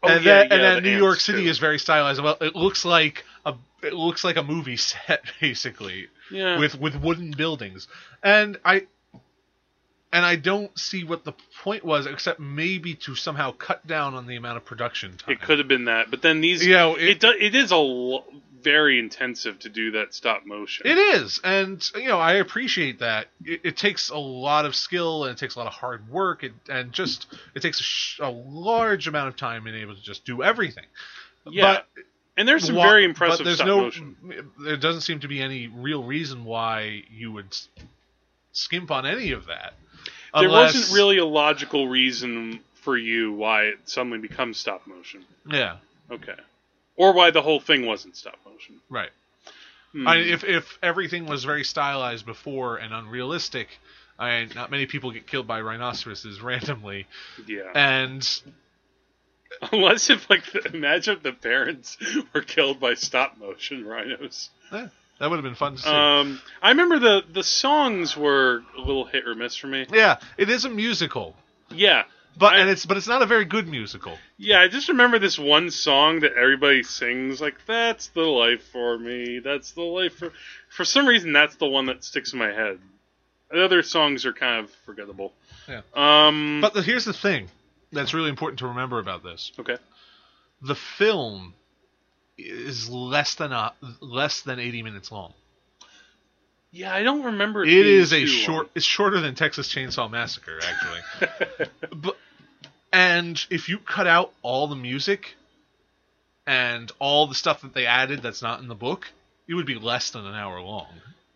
Speaker 5: Oh,
Speaker 6: and
Speaker 5: yeah,
Speaker 6: then, and
Speaker 5: yeah,
Speaker 6: then
Speaker 5: the
Speaker 6: New York
Speaker 5: ants,
Speaker 6: City
Speaker 5: too.
Speaker 6: is very stylized. Well, it looks like a it looks like a movie set basically
Speaker 5: Yeah.
Speaker 6: with with wooden buildings and i and i don't see what the point was except maybe to somehow cut down on the amount of production time
Speaker 5: It could have been that, but then these.
Speaker 6: you know
Speaker 5: it,
Speaker 6: it,
Speaker 5: do, it is a lo- very intensive to do that stop motion.
Speaker 6: it is and you know i appreciate that it, it takes a lot of skill and it takes a lot of hard work and, and just it takes a, sh- a large amount of time being able to just do everything
Speaker 5: yeah,
Speaker 6: but-
Speaker 5: and there's some
Speaker 6: Wha-
Speaker 5: very impressive
Speaker 6: but there's
Speaker 5: stop
Speaker 6: no
Speaker 5: motion.
Speaker 6: there doesn't seem to be any real reason why you would skimp on any of that.
Speaker 5: There
Speaker 6: Unless-
Speaker 5: wasn't really a logical reason for you why it suddenly becomes stop motion.
Speaker 6: Yeah.
Speaker 5: Okay. Or why the whole thing wasn't stop motion.
Speaker 6: Right. I mean, if if everything was very stylized before and unrealistic, I mean, not many people get killed by rhinoceroses randomly.
Speaker 5: Yeah.
Speaker 6: And
Speaker 5: Unless if like the, imagine if the parents were killed by stop motion rhinos.
Speaker 6: eh, that would have been fun to see.
Speaker 5: Um, I remember the the songs were a little hit or miss for me.
Speaker 6: yeah, it is a musical,
Speaker 5: Yeah.
Speaker 6: but
Speaker 5: I-
Speaker 6: and it's but it's not a very good musical.
Speaker 5: Yeah, I just remember this one song that everybody sings, like "That's the life for me, that's the life for." For some reason, that's the one that sticks in my head. The other songs are kind of forgettable.
Speaker 6: Yeah.
Speaker 5: Um.
Speaker 6: But the, here's the thing that's really important to remember about this:
Speaker 5: okay.
Speaker 6: the film is less than a less than 80 minutes long.
Speaker 5: Yeah, I don't remember.
Speaker 6: It
Speaker 5: being
Speaker 6: is a
Speaker 5: too
Speaker 6: short. It's shorter than Texas Chainsaw Massacre, actually. but, and if you cut out all the music and all the stuff that they added that's not in the book, it would be less than an hour long.
Speaker 5: long.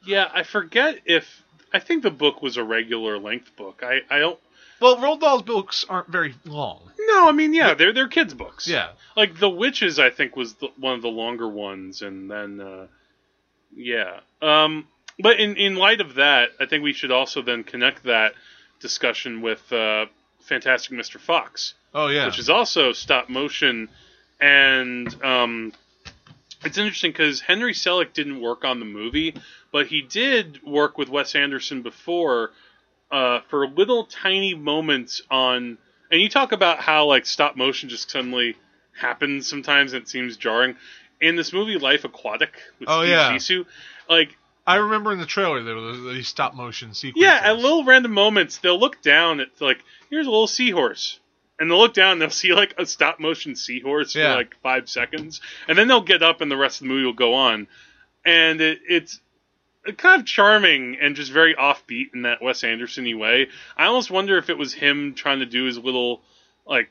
Speaker 5: Yeah, I forget if I think the book was a regular length book. I I don't.
Speaker 6: Well, Roald Dahl's books aren't very long.
Speaker 5: No, I mean yeah, they're they're kids books.
Speaker 6: Yeah,
Speaker 5: Like The Witches, I think was the, one of the longer ones, and then uh, yeah. Um, but in in light of that, I think we should also then connect that discussion with uh, Fantastic Mr. Fox,
Speaker 6: Oh yeah.
Speaker 5: which is also stop motion, and um, it's interesting because Henry Selick didn't work on the movie, but he did work with Wes Anderson before uh, for little tiny moments on. And you talk about how like stop motion just suddenly happens sometimes and it seems jarring. In this movie, Life Aquatic with
Speaker 6: Oh,
Speaker 5: Steve
Speaker 6: yeah.
Speaker 5: Zissou, like
Speaker 6: I remember in the trailer there were these stop motion sequences.
Speaker 5: yeah, at little random moments, they'll look down at like here's a little seahorse, and they'll look down and they'll see like a stop motion seahorse
Speaker 6: Yeah.
Speaker 5: for like five seconds, and then they'll get up and the rest of the movie will go on, and it, it's kind of charming and just very offbeat in that Wes Anderson-y way. I almost wonder if it was him trying to do his little like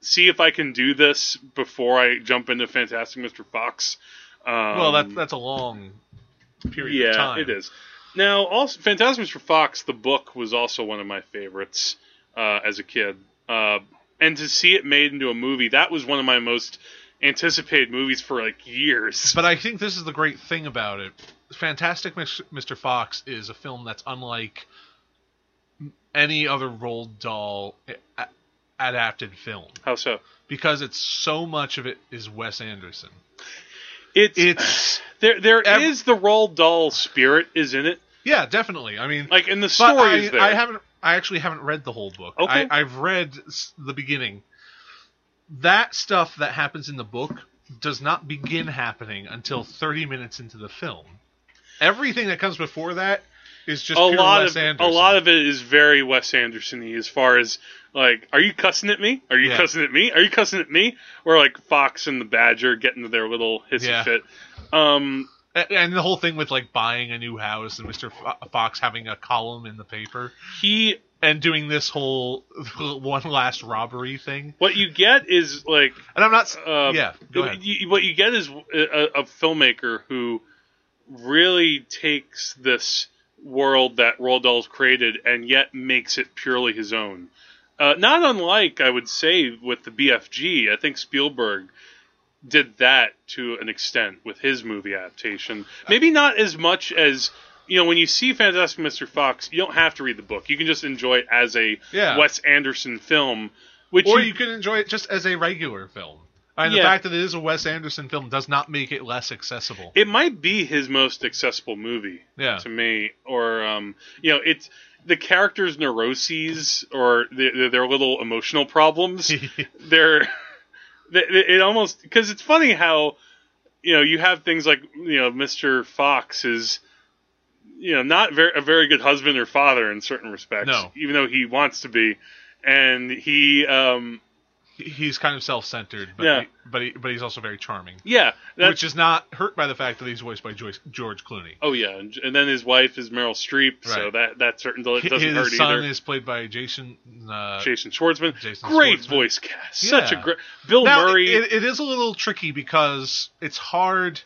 Speaker 5: see if I can do this before I jump into Fantastic Mr. Fox. Um,
Speaker 6: Well, that that's a long period
Speaker 5: yeah,
Speaker 6: of time.
Speaker 5: it is. Now, also, Fantastic Mr. Fox, the book, was also one of my favorites uh, as a kid. Uh, and to see it made into a movie, that was one of my most anticipated movies for like years.
Speaker 6: But I think this is the great thing about it. Fantastic Mis- Mr. Fox is a film that's unlike any other Roald Dahl a- adapted film
Speaker 5: How so?
Speaker 6: because it's so much of it is Wes Anderson.
Speaker 5: It's,
Speaker 6: It's
Speaker 5: there. There is
Speaker 6: ev-
Speaker 5: the Roald Dahl spirit, is in it?
Speaker 6: yeah, definitely. I mean,
Speaker 5: Like, and the
Speaker 6: but
Speaker 5: story
Speaker 6: I,
Speaker 5: is there.
Speaker 6: I haven't. I actually haven't read the whole book.
Speaker 5: Okay.
Speaker 6: I, I've read s- the beginning. That stuff that happens in the book does not begin happening until 30 minutes into the film. Everything that comes before that is just
Speaker 5: a
Speaker 6: pure
Speaker 5: lot
Speaker 6: Wes
Speaker 5: of
Speaker 6: Anderson.
Speaker 5: a lot of it is very Wes Anderson-y as far as like, are you cussing at me? Are you
Speaker 6: Yeah.
Speaker 5: cussing at me? Are you cussing at me? Or like Fox and the Badger get into their little hissy
Speaker 6: Yeah.
Speaker 5: fit. Um,
Speaker 6: A- and the whole thing with like buying a new house and Mr. Fo- Fox having a column in the paper
Speaker 5: he
Speaker 6: and doing this whole one last robbery thing.
Speaker 5: what you get is like
Speaker 6: And I'm not s-
Speaker 5: uh,
Speaker 6: yeah, go ahead.
Speaker 5: You, what you get is a, a filmmaker who really takes this world that Roald Dahl's created and yet makes it purely his own. Uh, not unlike, I would say, with the BFG. I think Spielberg did that to an extent with his movie adaptation. Maybe not as much as you know when you see Fantastic Mr. Fox, you don't have to read the book. You can just enjoy it as a
Speaker 6: Yeah.
Speaker 5: Wes Anderson film. Which
Speaker 6: or
Speaker 5: you-
Speaker 6: you can enjoy it just as a regular film. And
Speaker 5: Yeah.
Speaker 6: the fact that it is a Wes Anderson film does not make it less accessible.
Speaker 5: it might be his most accessible movie
Speaker 6: Yeah.
Speaker 5: to me or um, you know it's the characters neuroses or their, their little emotional problems they're they- they- it almost because it's funny how you know you have things like you know mr fox is you know not very, a very good husband or father in certain respects
Speaker 6: No.
Speaker 5: even though he wants to be and he um
Speaker 6: he's kind of self-centered, but
Speaker 5: Yeah.
Speaker 6: he, but he, but he's also very charming,
Speaker 5: yeah that's
Speaker 6: which is not hurt by the fact that he's voiced by Joyce, George Clooney.
Speaker 5: oh yeah and, and then his wife is meryl streep so
Speaker 6: Right.
Speaker 5: that that certain doesn't
Speaker 6: His
Speaker 5: hurt
Speaker 6: son
Speaker 5: either
Speaker 6: is played by Jason. Uh,
Speaker 5: Jason Schwartzman.
Speaker 6: Jason
Speaker 5: great
Speaker 6: Schwartzman.
Speaker 5: voice cast. Such a
Speaker 6: Yeah.
Speaker 5: great Bill
Speaker 6: now,
Speaker 5: Murray.
Speaker 6: It, it is a little tricky because it's hard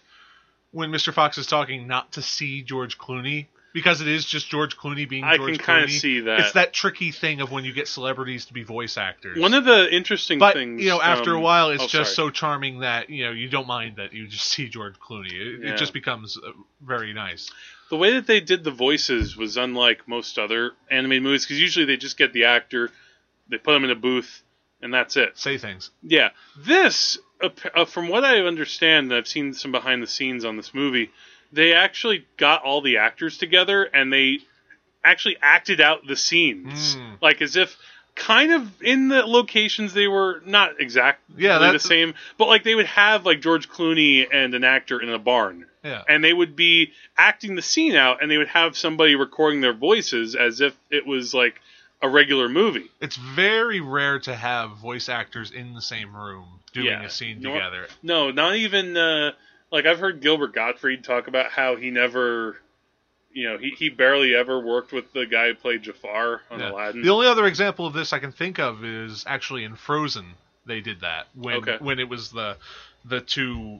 Speaker 6: when Mr. Fox is talking not to see George Clooney because it is just George Clooney being
Speaker 5: I
Speaker 6: George
Speaker 5: can kinda
Speaker 6: Clooney.
Speaker 5: see that.
Speaker 6: It's that tricky thing of when you get celebrities to be voice actors.
Speaker 5: One of the interesting
Speaker 6: but
Speaker 5: things,
Speaker 6: you know, after
Speaker 5: um,
Speaker 6: a while, it's
Speaker 5: oh,
Speaker 6: just
Speaker 5: sorry.
Speaker 6: so charming that you know you don't mind that you just see George Clooney. It,
Speaker 5: Yeah.
Speaker 6: it just becomes uh, very nice.
Speaker 5: the way that they did the voices was unlike most other animated movies because usually they just get the actor, they put him in a booth, and that's it.
Speaker 6: Say things.
Speaker 5: Yeah, this, ap- uh, from what I understand, and I've seen some behind the scenes on this movie. They actually got all the actors together and they actually acted out the scenes,
Speaker 6: Mm.
Speaker 5: like as if kind of in the locations they were not exactly
Speaker 6: Yeah,
Speaker 5: the
Speaker 6: that-
Speaker 5: same, but like they would have like George Clooney and an actor in a barn
Speaker 6: Yeah.
Speaker 5: and they would be acting the scene out and they would have somebody recording their voices as if it was like a regular movie
Speaker 6: It's very rare to have voice actors in the same room doing
Speaker 5: Yeah.
Speaker 6: a scene
Speaker 5: Nor-
Speaker 6: together.
Speaker 5: no not even uh, like i've heard gilbert gottfried talk about how he never you know he, he barely ever worked with the guy who played jafar on
Speaker 6: Yeah.
Speaker 5: aladdin
Speaker 6: The only other example of this I can think of is actually in Frozen. They did that when
Speaker 5: Okay.
Speaker 6: when it was the the two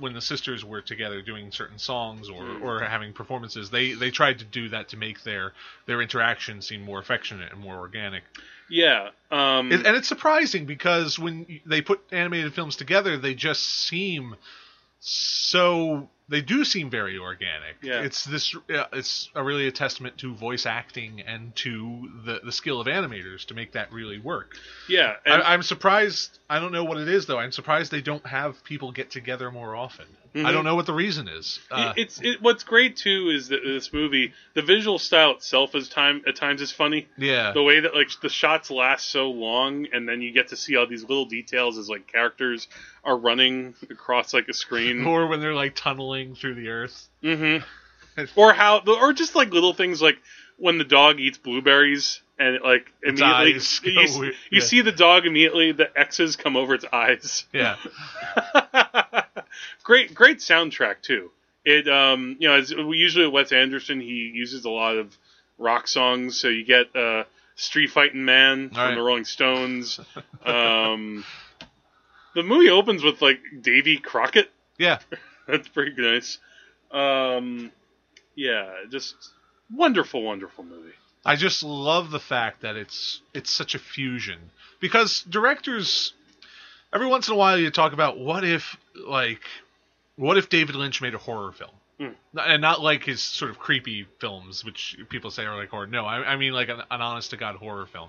Speaker 6: when the sisters were together doing certain songs or,
Speaker 5: Hmm.
Speaker 6: or having performances. They they tried to do that to make their their interaction seem more affectionate and more organic.
Speaker 5: yeah um,
Speaker 6: It, and it's surprising because when y- they put animated films together, they just seem so. They do seem very organic.
Speaker 5: Yeah.
Speaker 6: It's this. Uh, it's a really a testament to voice acting and to the the skill of animators to make that really work.
Speaker 5: yeah and-
Speaker 6: I, I'm surprised. I don't know what it is though. I'm surprised they don't have people get together more often. I
Speaker 5: Mhm.
Speaker 6: don't know what the reason is. Uh,
Speaker 5: It- it's it, what's great too is that this movie, the visual style itself is time at times is funny.
Speaker 6: yeah.
Speaker 5: the way that like the shots last so long and then you get to see all these little details as like characters are running across like a screen
Speaker 6: Or when they're like tunneling through the earth.
Speaker 5: hmm or how or just like little things like when the dog eats blueberries and it, like
Speaker 6: Its
Speaker 5: immediately
Speaker 6: eyes
Speaker 5: you,
Speaker 6: go
Speaker 5: s-
Speaker 6: weird.
Speaker 5: you
Speaker 6: Yeah.
Speaker 5: see the dog immediately the x's come over its eyes
Speaker 6: Yeah.
Speaker 5: great great soundtrack too it um you know as usually with wes anderson he uses a lot of rock songs so you get uh street fighting man from
Speaker 6: right.
Speaker 5: the rolling stones um the movie opens with like davy crockett
Speaker 6: Yeah.
Speaker 5: that's pretty nice um yeah just wonderful wonderful movie
Speaker 6: I just love the fact that it's it's such a fusion because directors every once in a while you talk about what if like what if David Lynch made a horror film
Speaker 5: Mm.
Speaker 6: and not like his sort of creepy films which people say are like horror no I, I mean like an, an honest to god horror film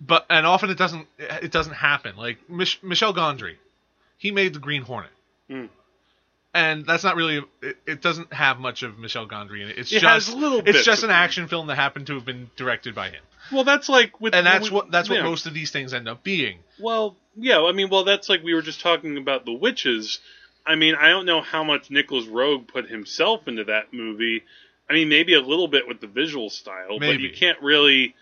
Speaker 6: but and often it doesn't it doesn't happen like Mich- Michel Gondry he made the Green Hornet
Speaker 5: Mm.
Speaker 6: and that's not really it, it doesn't have much of Michel Gondry in it it's
Speaker 5: It has
Speaker 6: just
Speaker 5: little
Speaker 6: it's
Speaker 5: bits
Speaker 6: just an
Speaker 5: of him.
Speaker 6: action film that happened to have been directed by him
Speaker 5: well that's like with
Speaker 6: and that's
Speaker 5: with-
Speaker 6: what that's what
Speaker 5: yeah.
Speaker 6: most of these things end up being.
Speaker 5: Well, yeah, I mean, well, that's like we were just talking about the witches. I mean, I don't know how much Nicholas Rogue put himself into that movie. I mean, maybe a little bit with the visual style, but
Speaker 6: Maybe.
Speaker 5: you can't really.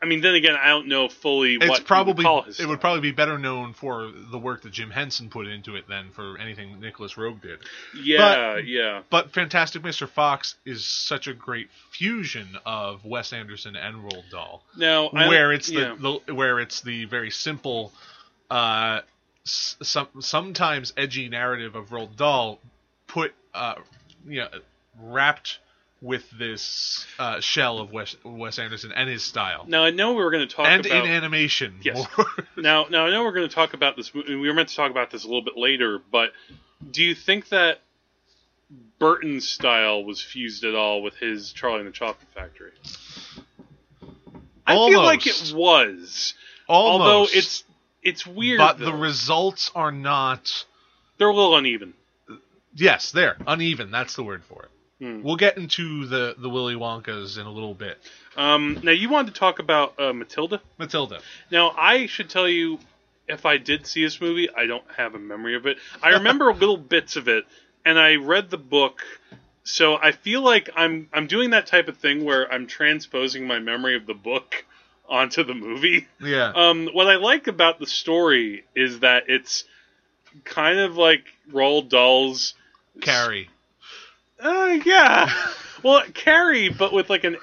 Speaker 5: I mean, then again, I don't know fully
Speaker 6: It's
Speaker 5: what you
Speaker 6: probably
Speaker 5: would call
Speaker 6: it
Speaker 5: his style.
Speaker 6: would probably be better known for the work that Jim Henson put into it than for anything Nicholas Rogue did.
Speaker 5: yeah, yeah,
Speaker 6: But Fantastic Mr. Fox is such a great fusion of Wes Anderson and Roald Dahl,
Speaker 5: now I don't-
Speaker 6: where it's the,
Speaker 5: yeah.
Speaker 6: the where it's the very simple, uh, s- some sometimes edgy narrative of Roald Dahl put uh, you know wrapped with this uh, shell of Wes, Wes Anderson and his style.
Speaker 5: now I know we were going to talk
Speaker 6: and
Speaker 5: about
Speaker 6: in animation.
Speaker 5: Yes.
Speaker 6: more.
Speaker 5: now, now I know we're going to talk about this. mo- We were meant to talk about this a little bit later, but do you think that Burton's style was fused at all with his Charlie and the Chocolate Factory? I feel like it
Speaker 6: Almost.
Speaker 5: was,
Speaker 6: Almost.
Speaker 5: although it's it's weird.
Speaker 6: but the
Speaker 5: though.
Speaker 6: results are not.
Speaker 5: they're a little uneven.
Speaker 6: Yes, there uneven. That's the word for it.
Speaker 5: Hmm.
Speaker 6: We'll get into the the Willy Wonkas in a little bit.
Speaker 5: Um, now you wanted to talk about uh, Matilda.
Speaker 6: Matilda.
Speaker 5: Now, I should tell you, if I did see this movie, I don't have a memory of it. I remember little bits of it, and I read the book, so I feel like I'm I'm doing that type of thing where I'm transposing my memory of the book onto the movie.
Speaker 6: Yeah.
Speaker 5: Um, what I like about the story is that it's kind of like Roald Dahl's
Speaker 6: Carrie.
Speaker 5: uh, yeah. Well, Carrie, but with like an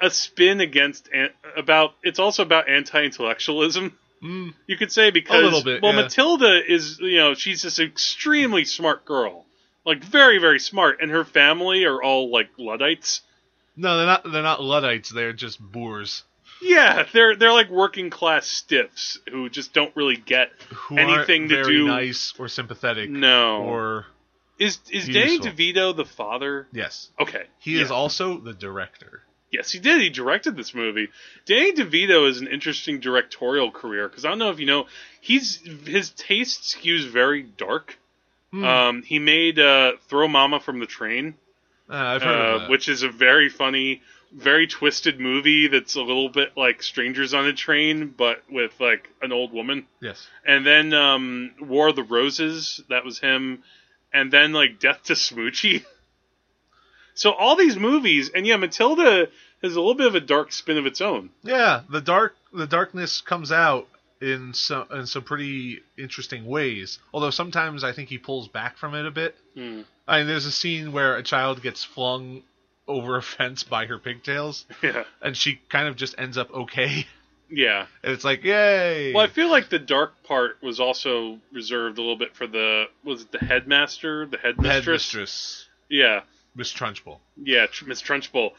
Speaker 5: a spin against an, about it's also about anti-intellectualism.
Speaker 6: Mm.
Speaker 5: You could say because
Speaker 6: little bit,
Speaker 5: well,
Speaker 6: yeah.
Speaker 5: Matilda is you know she's this extremely smart girl, like very very smart, and her family are all like luddites.
Speaker 6: No, they're not. They're not Luddites. They're just boors
Speaker 5: Yeah, they're they're like working class stiffs who just don't really get
Speaker 6: who
Speaker 5: anything
Speaker 6: aren't
Speaker 5: to
Speaker 6: very
Speaker 5: do.
Speaker 6: nice or sympathetic.
Speaker 5: No.
Speaker 6: Or
Speaker 5: Is is Danny
Speaker 6: Useful.
Speaker 5: DeVito the father?
Speaker 6: yes,
Speaker 5: Okay,
Speaker 6: he is
Speaker 5: yeah.
Speaker 6: also the director.
Speaker 5: Yes, he did. He directed this movie. Danny DeVito is an interesting directorial career because I don't know if you know, he's his taste skews very dark.
Speaker 6: Hmm.
Speaker 5: Um, he made uh, "Throw Mama from the Train,"
Speaker 6: Uh, I've heard of
Speaker 5: uh,
Speaker 6: that.
Speaker 5: which is a very funny, very twisted movie that's a little bit like "Strangers on a Train," but with like an old woman.
Speaker 6: yes,
Speaker 5: And then um, "War of the Roses," that was him. And then like "Death to Smoochie." so all these movies, and yeah, Matilda has a little bit of a dark spin of its own.
Speaker 6: yeah. The dark, the darkness comes out in some in some pretty interesting ways. Although sometimes I think he pulls back from it a bit.
Speaker 5: Hmm.
Speaker 6: I mean, there's a scene where a child gets flung over a fence by her pigtails,
Speaker 5: Yeah,
Speaker 6: and she kind of just ends up okay.
Speaker 5: yeah.
Speaker 6: And it's like, yay!
Speaker 5: Well, I feel like the dark part was also reserved a little bit for the was it the headmaster, the headmistress?
Speaker 6: Headmistress
Speaker 5: Yeah,
Speaker 6: Miss Trunchbull.
Speaker 5: yeah, Tr- Miss Trunchbull.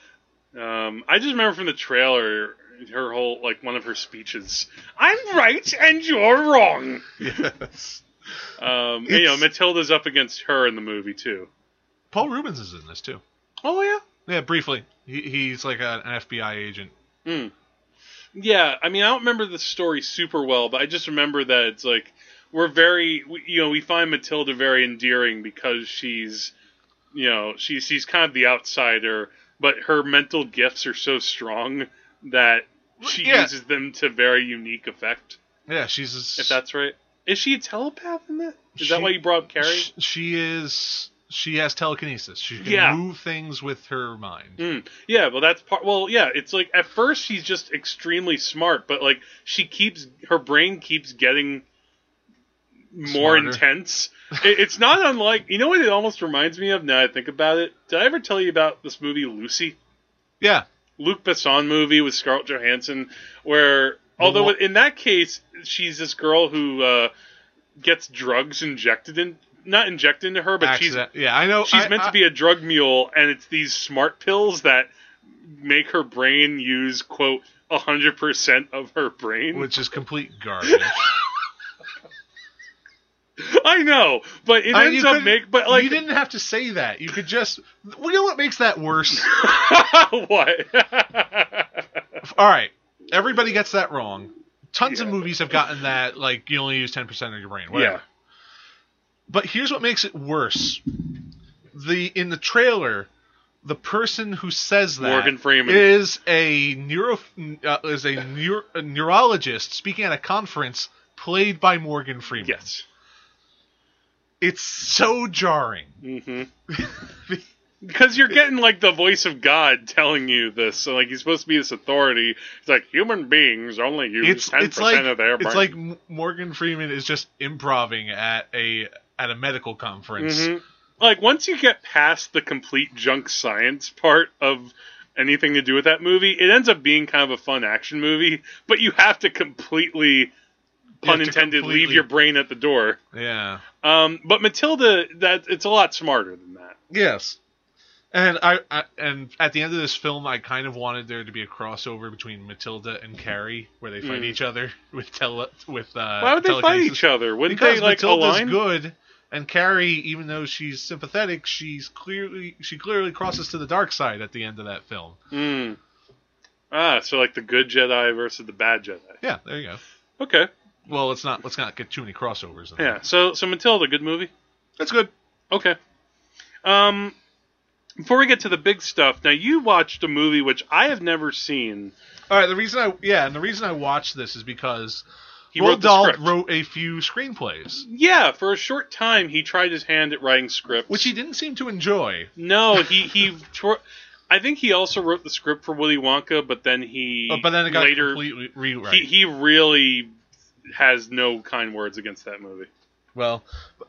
Speaker 5: Um, I just remember from the trailer her whole like one of her speeches. I'm right and you're wrong.
Speaker 6: Yes.
Speaker 5: Um, and, you know,
Speaker 6: It's-
Speaker 5: Matilda's up against her in the movie too.
Speaker 6: Paul Rubens is in this too.
Speaker 5: Oh yeah.
Speaker 6: Yeah, briefly. He, he's like a, an FBI agent.
Speaker 5: Yeah, I mean, I don't remember the story super well, but I just remember that it's like we're very, we, you know, we find Matilda very endearing because she's, you know, she, she's kind of the outsider, but her mental gifts are so strong that she
Speaker 6: Yeah.
Speaker 5: uses them to very unique effect.
Speaker 6: Yeah, she's. a-
Speaker 5: If that's right, is she a telepath in that? Is
Speaker 6: She-
Speaker 5: that why you brought up Carrie?
Speaker 6: sh- she is. She has telekinesis. She can
Speaker 5: Yeah.
Speaker 6: move things with her mind.
Speaker 5: Mm, yeah, well, that's part. Well, yeah, it's like at first she's just extremely smart, but like she keeps her brain keeps getting more
Speaker 6: Smarter.
Speaker 5: intense. It, it's not unlike you know what it almost reminds me of now that I think about it. Did I ever tell you about this movie Lucy,
Speaker 6: Yeah,
Speaker 5: Luc Besson movie with Scarlett Johansson, where although
Speaker 6: one-
Speaker 5: in that case she's this girl who uh, gets drugs injected in not injected into her, but she's
Speaker 6: accident. Yeah, I know.
Speaker 5: She's
Speaker 6: I-
Speaker 5: meant
Speaker 6: I-
Speaker 5: to be a drug mule, and it's these smart pills that make her brain use quote hundred percent of her brain.
Speaker 6: which is complete garbage.
Speaker 5: I know, but it
Speaker 6: I mean,
Speaker 5: ends
Speaker 6: you
Speaker 5: up
Speaker 6: couldn't-
Speaker 5: make. But like
Speaker 6: you didn't have to say that. You could just. You know what makes that worse?
Speaker 5: what?
Speaker 6: All right, everybody gets that wrong. Tons of
Speaker 5: Yeah.
Speaker 6: movies have gotten that. Like you only use ten percent of your brain. Whatever.
Speaker 5: yeah,
Speaker 6: But here's what makes it worse. The in the trailer, the person who says that
Speaker 5: Morgan Freeman.
Speaker 6: is a neuro uh, is a, neur- a neurologist speaking at a conference played by Morgan Freeman.
Speaker 5: yes.
Speaker 6: It's so jarring.
Speaker 5: Mm-hmm. Because you're getting like the voice of God telling you this, so like he's supposed to be this authority. It's like human beings only use
Speaker 6: It's
Speaker 5: ten
Speaker 6: it's like
Speaker 5: percent of their brain.
Speaker 6: it's like M- Morgan Freeman is just improving at a at a medical conference.
Speaker 5: Mhm. Like once you get past the complete junk science part of anything to do with that movie, it ends up being kind of a fun action movie, but you have to completely pun
Speaker 6: to
Speaker 5: intended leave
Speaker 6: completely-
Speaker 5: your brain at the door.
Speaker 6: Yeah.
Speaker 5: Um, but Matilda that it's a lot smarter than that.
Speaker 6: Yes. And I, I and at the end of this film, I kind of wanted there to be a crossover between Matilda and Carrie, where they fight each other with tele with. Uh,
Speaker 5: Mm. Why would they fight
Speaker 6: telekinesis.
Speaker 5: each other? Wouldn't
Speaker 6: Because
Speaker 5: they like
Speaker 6: Matilda's
Speaker 5: align?
Speaker 6: good, and Carrie, even though she's sympathetic, she's clearly she clearly crosses to the dark side at the end of that film.
Speaker 5: Mm. Ah, so like the good Jedi versus the bad Jedi.
Speaker 6: Yeah, there you go.
Speaker 5: Okay.
Speaker 6: Well, let's not let's not get too many crossovers. In
Speaker 5: Yeah. So so Matilda, good movie.
Speaker 6: that's good.
Speaker 5: Okay. Um, before we get to the big stuff, now you watched a movie which I have never seen.
Speaker 6: All right, the reason I yeah, and the reason I watched this is because
Speaker 5: He
Speaker 6: Roald
Speaker 5: wrote the
Speaker 6: Dahl
Speaker 5: script.
Speaker 6: wrote a few screenplays,
Speaker 5: Yeah, for a short time he tried his hand at writing scripts.
Speaker 6: which he didn't seem to enjoy.
Speaker 5: no, he he. tro- I think he also wrote the script for Willy Wonka, but then he
Speaker 6: Uh, but then it got
Speaker 5: later
Speaker 6: completely rewrite.
Speaker 5: he he really has no kind words against that movie.
Speaker 6: well,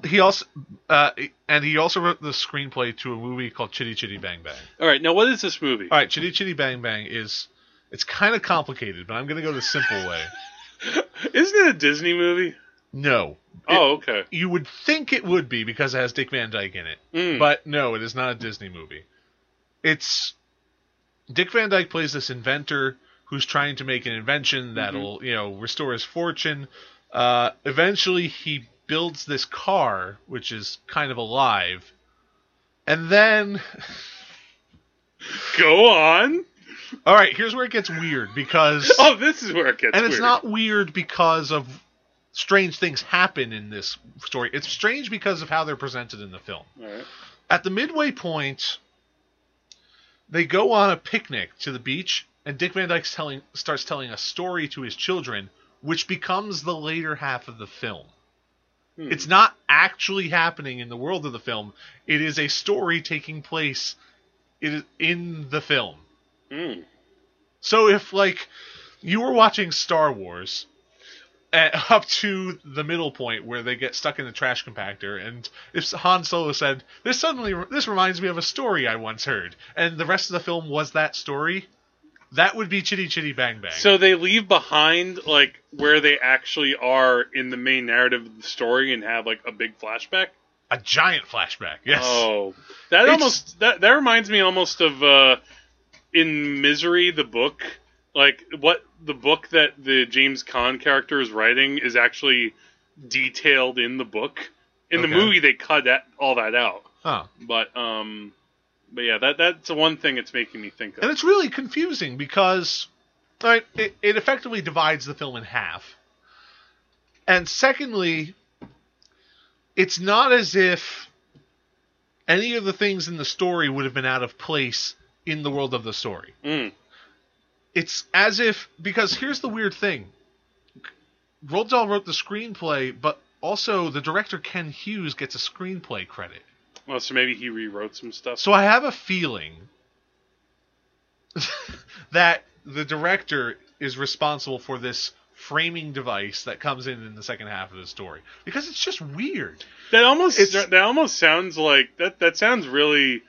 Speaker 6: he also uh, and he also wrote the screenplay to a movie called Chitty Chitty Bang Bang.
Speaker 5: All right, now what is this movie?
Speaker 6: All right, Chitty Chitty Bang Bang is it's kind of complicated, but I'm going to go the simple way.
Speaker 5: Isn't it a Disney movie?
Speaker 6: No,
Speaker 5: oh, okay.
Speaker 6: you would think it would be because it has Dick Van Dyke in it,
Speaker 5: Mm.
Speaker 6: but no, it is not a Disney movie. It's Dick Van Dyke plays this inventor who's trying to make an
Speaker 5: Mm-hmm.
Speaker 6: invention that'll you know restore his fortune. Uh, eventually, he builds this car which is kind of alive, and then
Speaker 5: Go on.
Speaker 6: all right, here's where it gets weird because
Speaker 5: Oh, this is where it gets.
Speaker 6: and it's
Speaker 5: weird.
Speaker 6: not weird because of strange things happen in this story. It's strange because of how they're presented in the film.
Speaker 5: All right.
Speaker 6: At the midway point, they go on a picnic to the beach, and Dick Van Dyke telling starts telling a story to his children, which becomes the later half of the film. It's not actually happening in the world of the film. It is a story taking place it is in the film.
Speaker 5: Hmm.
Speaker 6: So if like you were watching Star Wars uh, up to the middle point where they get stuck in the trash compactor, and if Han Solo said, "This suddenly this reminds me of a story I once heard," and the rest of the film was that story, that would be Chitty Chitty Bang Bang.
Speaker 5: So they leave behind like where they actually are in the main narrative of the story and have like a big flashback.
Speaker 6: a giant flashback. Yes.
Speaker 5: Oh, that
Speaker 6: It's-
Speaker 5: almost that that reminds me almost of uh, in Misery the book. Like what the book that the James Caan character is writing is actually detailed in the book. In the
Speaker 6: Okay.
Speaker 5: movie, they cut that all that out.
Speaker 6: Huh.
Speaker 5: But um, but yeah, that that's the one thing it's making me think
Speaker 6: And
Speaker 5: of.
Speaker 6: it's really confusing because all right, it, it effectively divides the film in half. And secondly, it's not as if any of the things in the story would have been out of place in the world of the story.
Speaker 5: Mm.
Speaker 6: It's as if because here's the weird thing. Roald Dahl wrote the screenplay, but also the director Ken Hughes gets a screenplay credit.
Speaker 5: Well, Oh, so maybe he rewrote some stuff.
Speaker 6: So I have a feeling that the director is responsible for this framing device that comes in in the second half of the story because it's just weird.
Speaker 5: That almost
Speaker 6: It's-
Speaker 5: that almost sounds like that. That sounds really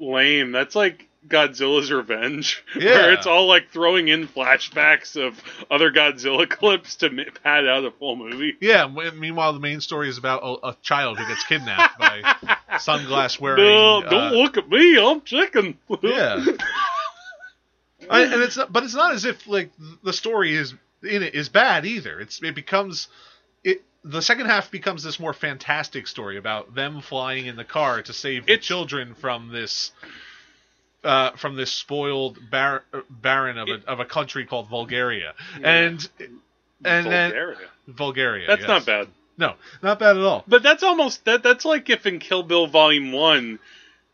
Speaker 5: lame. That's like Godzilla's Revenge,
Speaker 6: Yeah.
Speaker 5: where it's all like throwing in flashbacks of other Godzilla clips to mi- pad out a full movie.
Speaker 6: Yeah. m- Meanwhile, the main story is about a, a child who gets kidnapped by sunglass wearing.
Speaker 5: No, don't look at me. I'm chicken.
Speaker 6: uh, Yeah. I, and it's not, but it's not as if like the story is in it is bad either. It's it becomes it the second half becomes this more fantastic story about them flying in the car to save the
Speaker 5: It's-
Speaker 6: children from this uh, from this spoiled bar- baron of a of a country called Bulgaria. And and then
Speaker 5: Bulgaria.
Speaker 6: Bulgaria.
Speaker 5: that's
Speaker 6: yes.
Speaker 5: not bad.
Speaker 6: No, not bad at all.
Speaker 5: But that's almost that. That's like if in Kill Bill Volume One,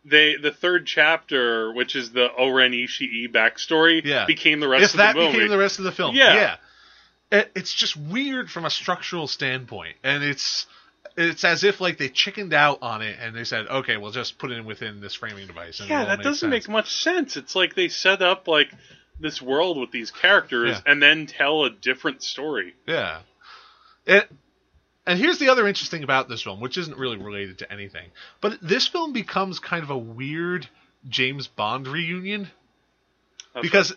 Speaker 5: they the third chapter, which is the Oren Ishii backstory,
Speaker 6: Yeah.
Speaker 5: became the rest
Speaker 6: if
Speaker 5: of
Speaker 6: that
Speaker 5: the movie.
Speaker 6: became the rest of the film.
Speaker 5: Yeah.
Speaker 6: Yeah. It- it's just weird from a structural standpoint, and it's it's as if like they chickened out on it, and they said, okay, we'll just put it in within this framing device. And
Speaker 5: Yeah, that doesn't make much sense. It's like they set up like this world with these characters
Speaker 6: Yeah.
Speaker 5: and then tell a different story.
Speaker 6: Yeah. It, and here's the other interesting about this film, which isn't really related to anything, but this film becomes kind of a weird James Bond reunion
Speaker 5: That's
Speaker 6: because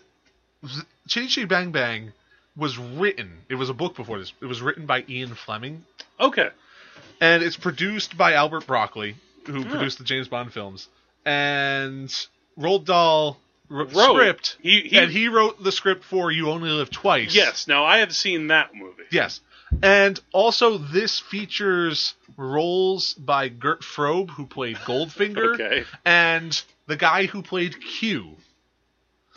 Speaker 6: Chitty Chitty Bang Bang was written. It was a book before this. It was written by Ian Fleming.
Speaker 5: like- okay,
Speaker 6: and it's produced by Albert Broccoli, who produced the James Bond films, and Roald Dahl wrote the
Speaker 5: Wrote.
Speaker 6: script,
Speaker 5: He- he-
Speaker 6: and he wrote the script for "You Only Live Twice."
Speaker 5: yes. Now I have seen that movie.
Speaker 6: yes, and also this features roles by Gert Frobe, who played Goldfinger,
Speaker 5: Okay.
Speaker 6: and the guy who played Q.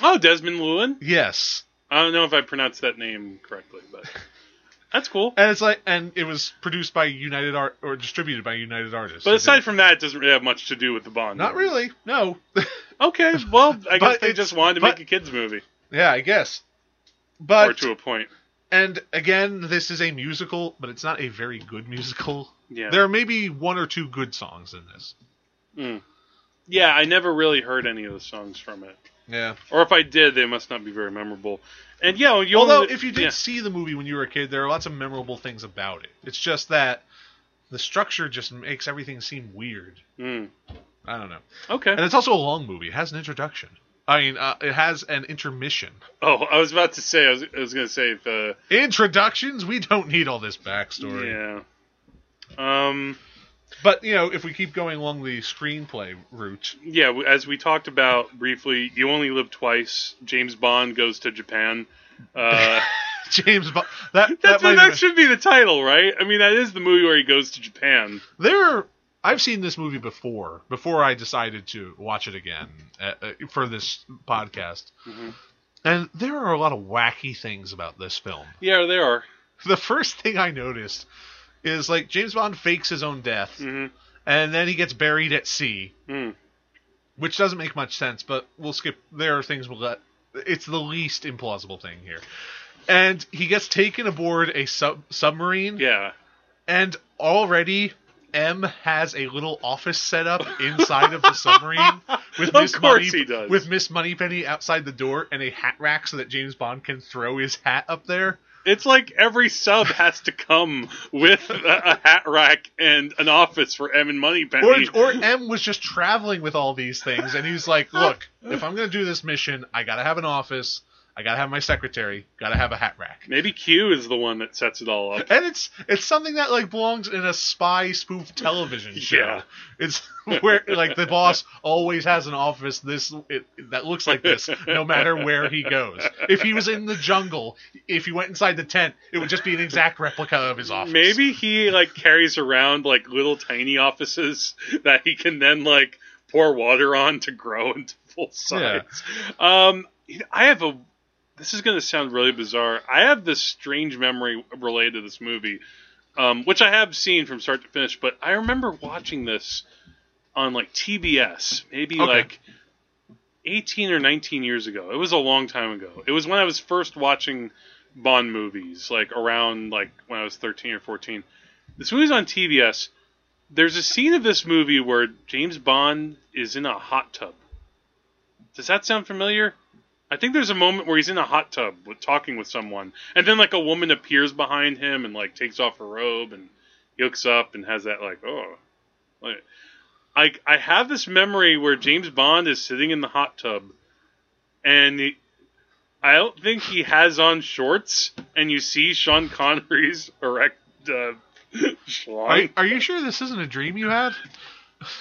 Speaker 5: Oh, Desmond Llewyn.
Speaker 6: Yes,
Speaker 5: I don't know if I pronounced that name correctly, but that's cool.
Speaker 6: and it's like, and it was produced by United Art or distributed by United Artists.
Speaker 5: But aside from that, it doesn't really have much to do with the Bond.
Speaker 6: not
Speaker 5: movies.
Speaker 6: really, no.
Speaker 5: Okay, well, I guess
Speaker 6: But
Speaker 5: they
Speaker 6: it's-
Speaker 5: just wanted to
Speaker 6: but-
Speaker 5: make a kids movie,
Speaker 6: yeah, I guess. But
Speaker 5: or to a point.
Speaker 6: And again, this is a musical, but it's not a very good musical.
Speaker 5: Yeah.
Speaker 6: There are maybe one or two good songs in this.
Speaker 5: Yeah, I never really heard any of the songs from it,
Speaker 6: Yeah.
Speaker 5: or if I did, they must not be very memorable. And yeah, you
Speaker 6: Although,
Speaker 5: only-
Speaker 6: if you did
Speaker 5: yeah.
Speaker 6: see the movie when you were a kid, there are lots of memorable things about it. It's just that the structure just makes everything seem weird.
Speaker 5: Mm.
Speaker 6: I don't know.
Speaker 5: okay,
Speaker 6: And it's also a long movie. It has an introduction. I mean, uh, it has an intermission.
Speaker 5: Oh, I was about to say. I was, I was going to say if. Uh,
Speaker 6: Introductions? We don't need all this backstory.
Speaker 5: yeah. Um.
Speaker 6: But you know, if we keep going along the screenplay route,
Speaker 5: yeah, w- as we talked about briefly, you only live twice. James Bond goes to Japan. Uh,
Speaker 6: James Bond. That that,
Speaker 5: that's,
Speaker 6: might
Speaker 5: that,
Speaker 6: have been-
Speaker 5: should be the title, right? I mean, that is the movie where he goes to Japan.
Speaker 6: there. I've seen this movie before. Before I decided to watch it again uh, uh, for this podcast, and there are a lot of wacky things about this film.
Speaker 5: Yeah, there are.
Speaker 6: the first thing I noticed is like James Bond fakes his own death, and then he gets buried at sea,
Speaker 5: Mm.
Speaker 6: which doesn't make much sense. But we'll skip. There are things we'll let. It's the least implausible thing here, and he gets taken aboard a sub- submarine,
Speaker 5: Yeah.
Speaker 6: and already. M has a little office set up inside of the submarine with
Speaker 5: Of
Speaker 6: Miss Money
Speaker 5: course he does.
Speaker 6: with Miss Moneypenny outside the door and a hat rack so that James Bond can throw his hat up there.
Speaker 5: It's like every sub has to come with a, a hat rack and an office for M and
Speaker 6: or,
Speaker 5: Moneypenny.
Speaker 6: or M was just traveling with all these things, and he's like, "Look, if I'm gonna do this mission, I gotta have an office, I gotta have my secretary, gotta have a hat rack."
Speaker 5: Maybe Q is the one that sets it all up.
Speaker 6: And it's it's something that like belongs in a spy spoof television show.
Speaker 5: Yeah.
Speaker 6: It's where like the boss always has an office this it, that looks like this no matter where he goes. If he was in the jungle, if he went inside the tent, it would just be an exact replica of his office.
Speaker 5: Maybe he like carries around like little tiny offices that he can then like pour water on to grow into full size. Um, I have a. This is going to sound really bizarre. I have this strange memory related to this movie, um, which I have seen from start to finish. But I remember watching this on like TBS, maybe
Speaker 6: Okay.
Speaker 5: like 18 or 19 years ago. It was a long time ago. It was when I was first watching Bond movies, like around like when I was 13 or 14. This movie's on TBS. There's a scene of this movie where James Bond is in a hot tub. Does that sound familiar? I think there's a moment where he's in a hot tub with, talking with someone, and then like a woman appears behind him and like takes off her robe and he looks up and has that like oh, like I I have this memory where James Bond is sitting in the hot tub, and he, I don't think he has on shorts, and you see Sean Connery's erect uh,
Speaker 6: Are,
Speaker 5: schlong.
Speaker 6: are you sure this isn't a dream you had?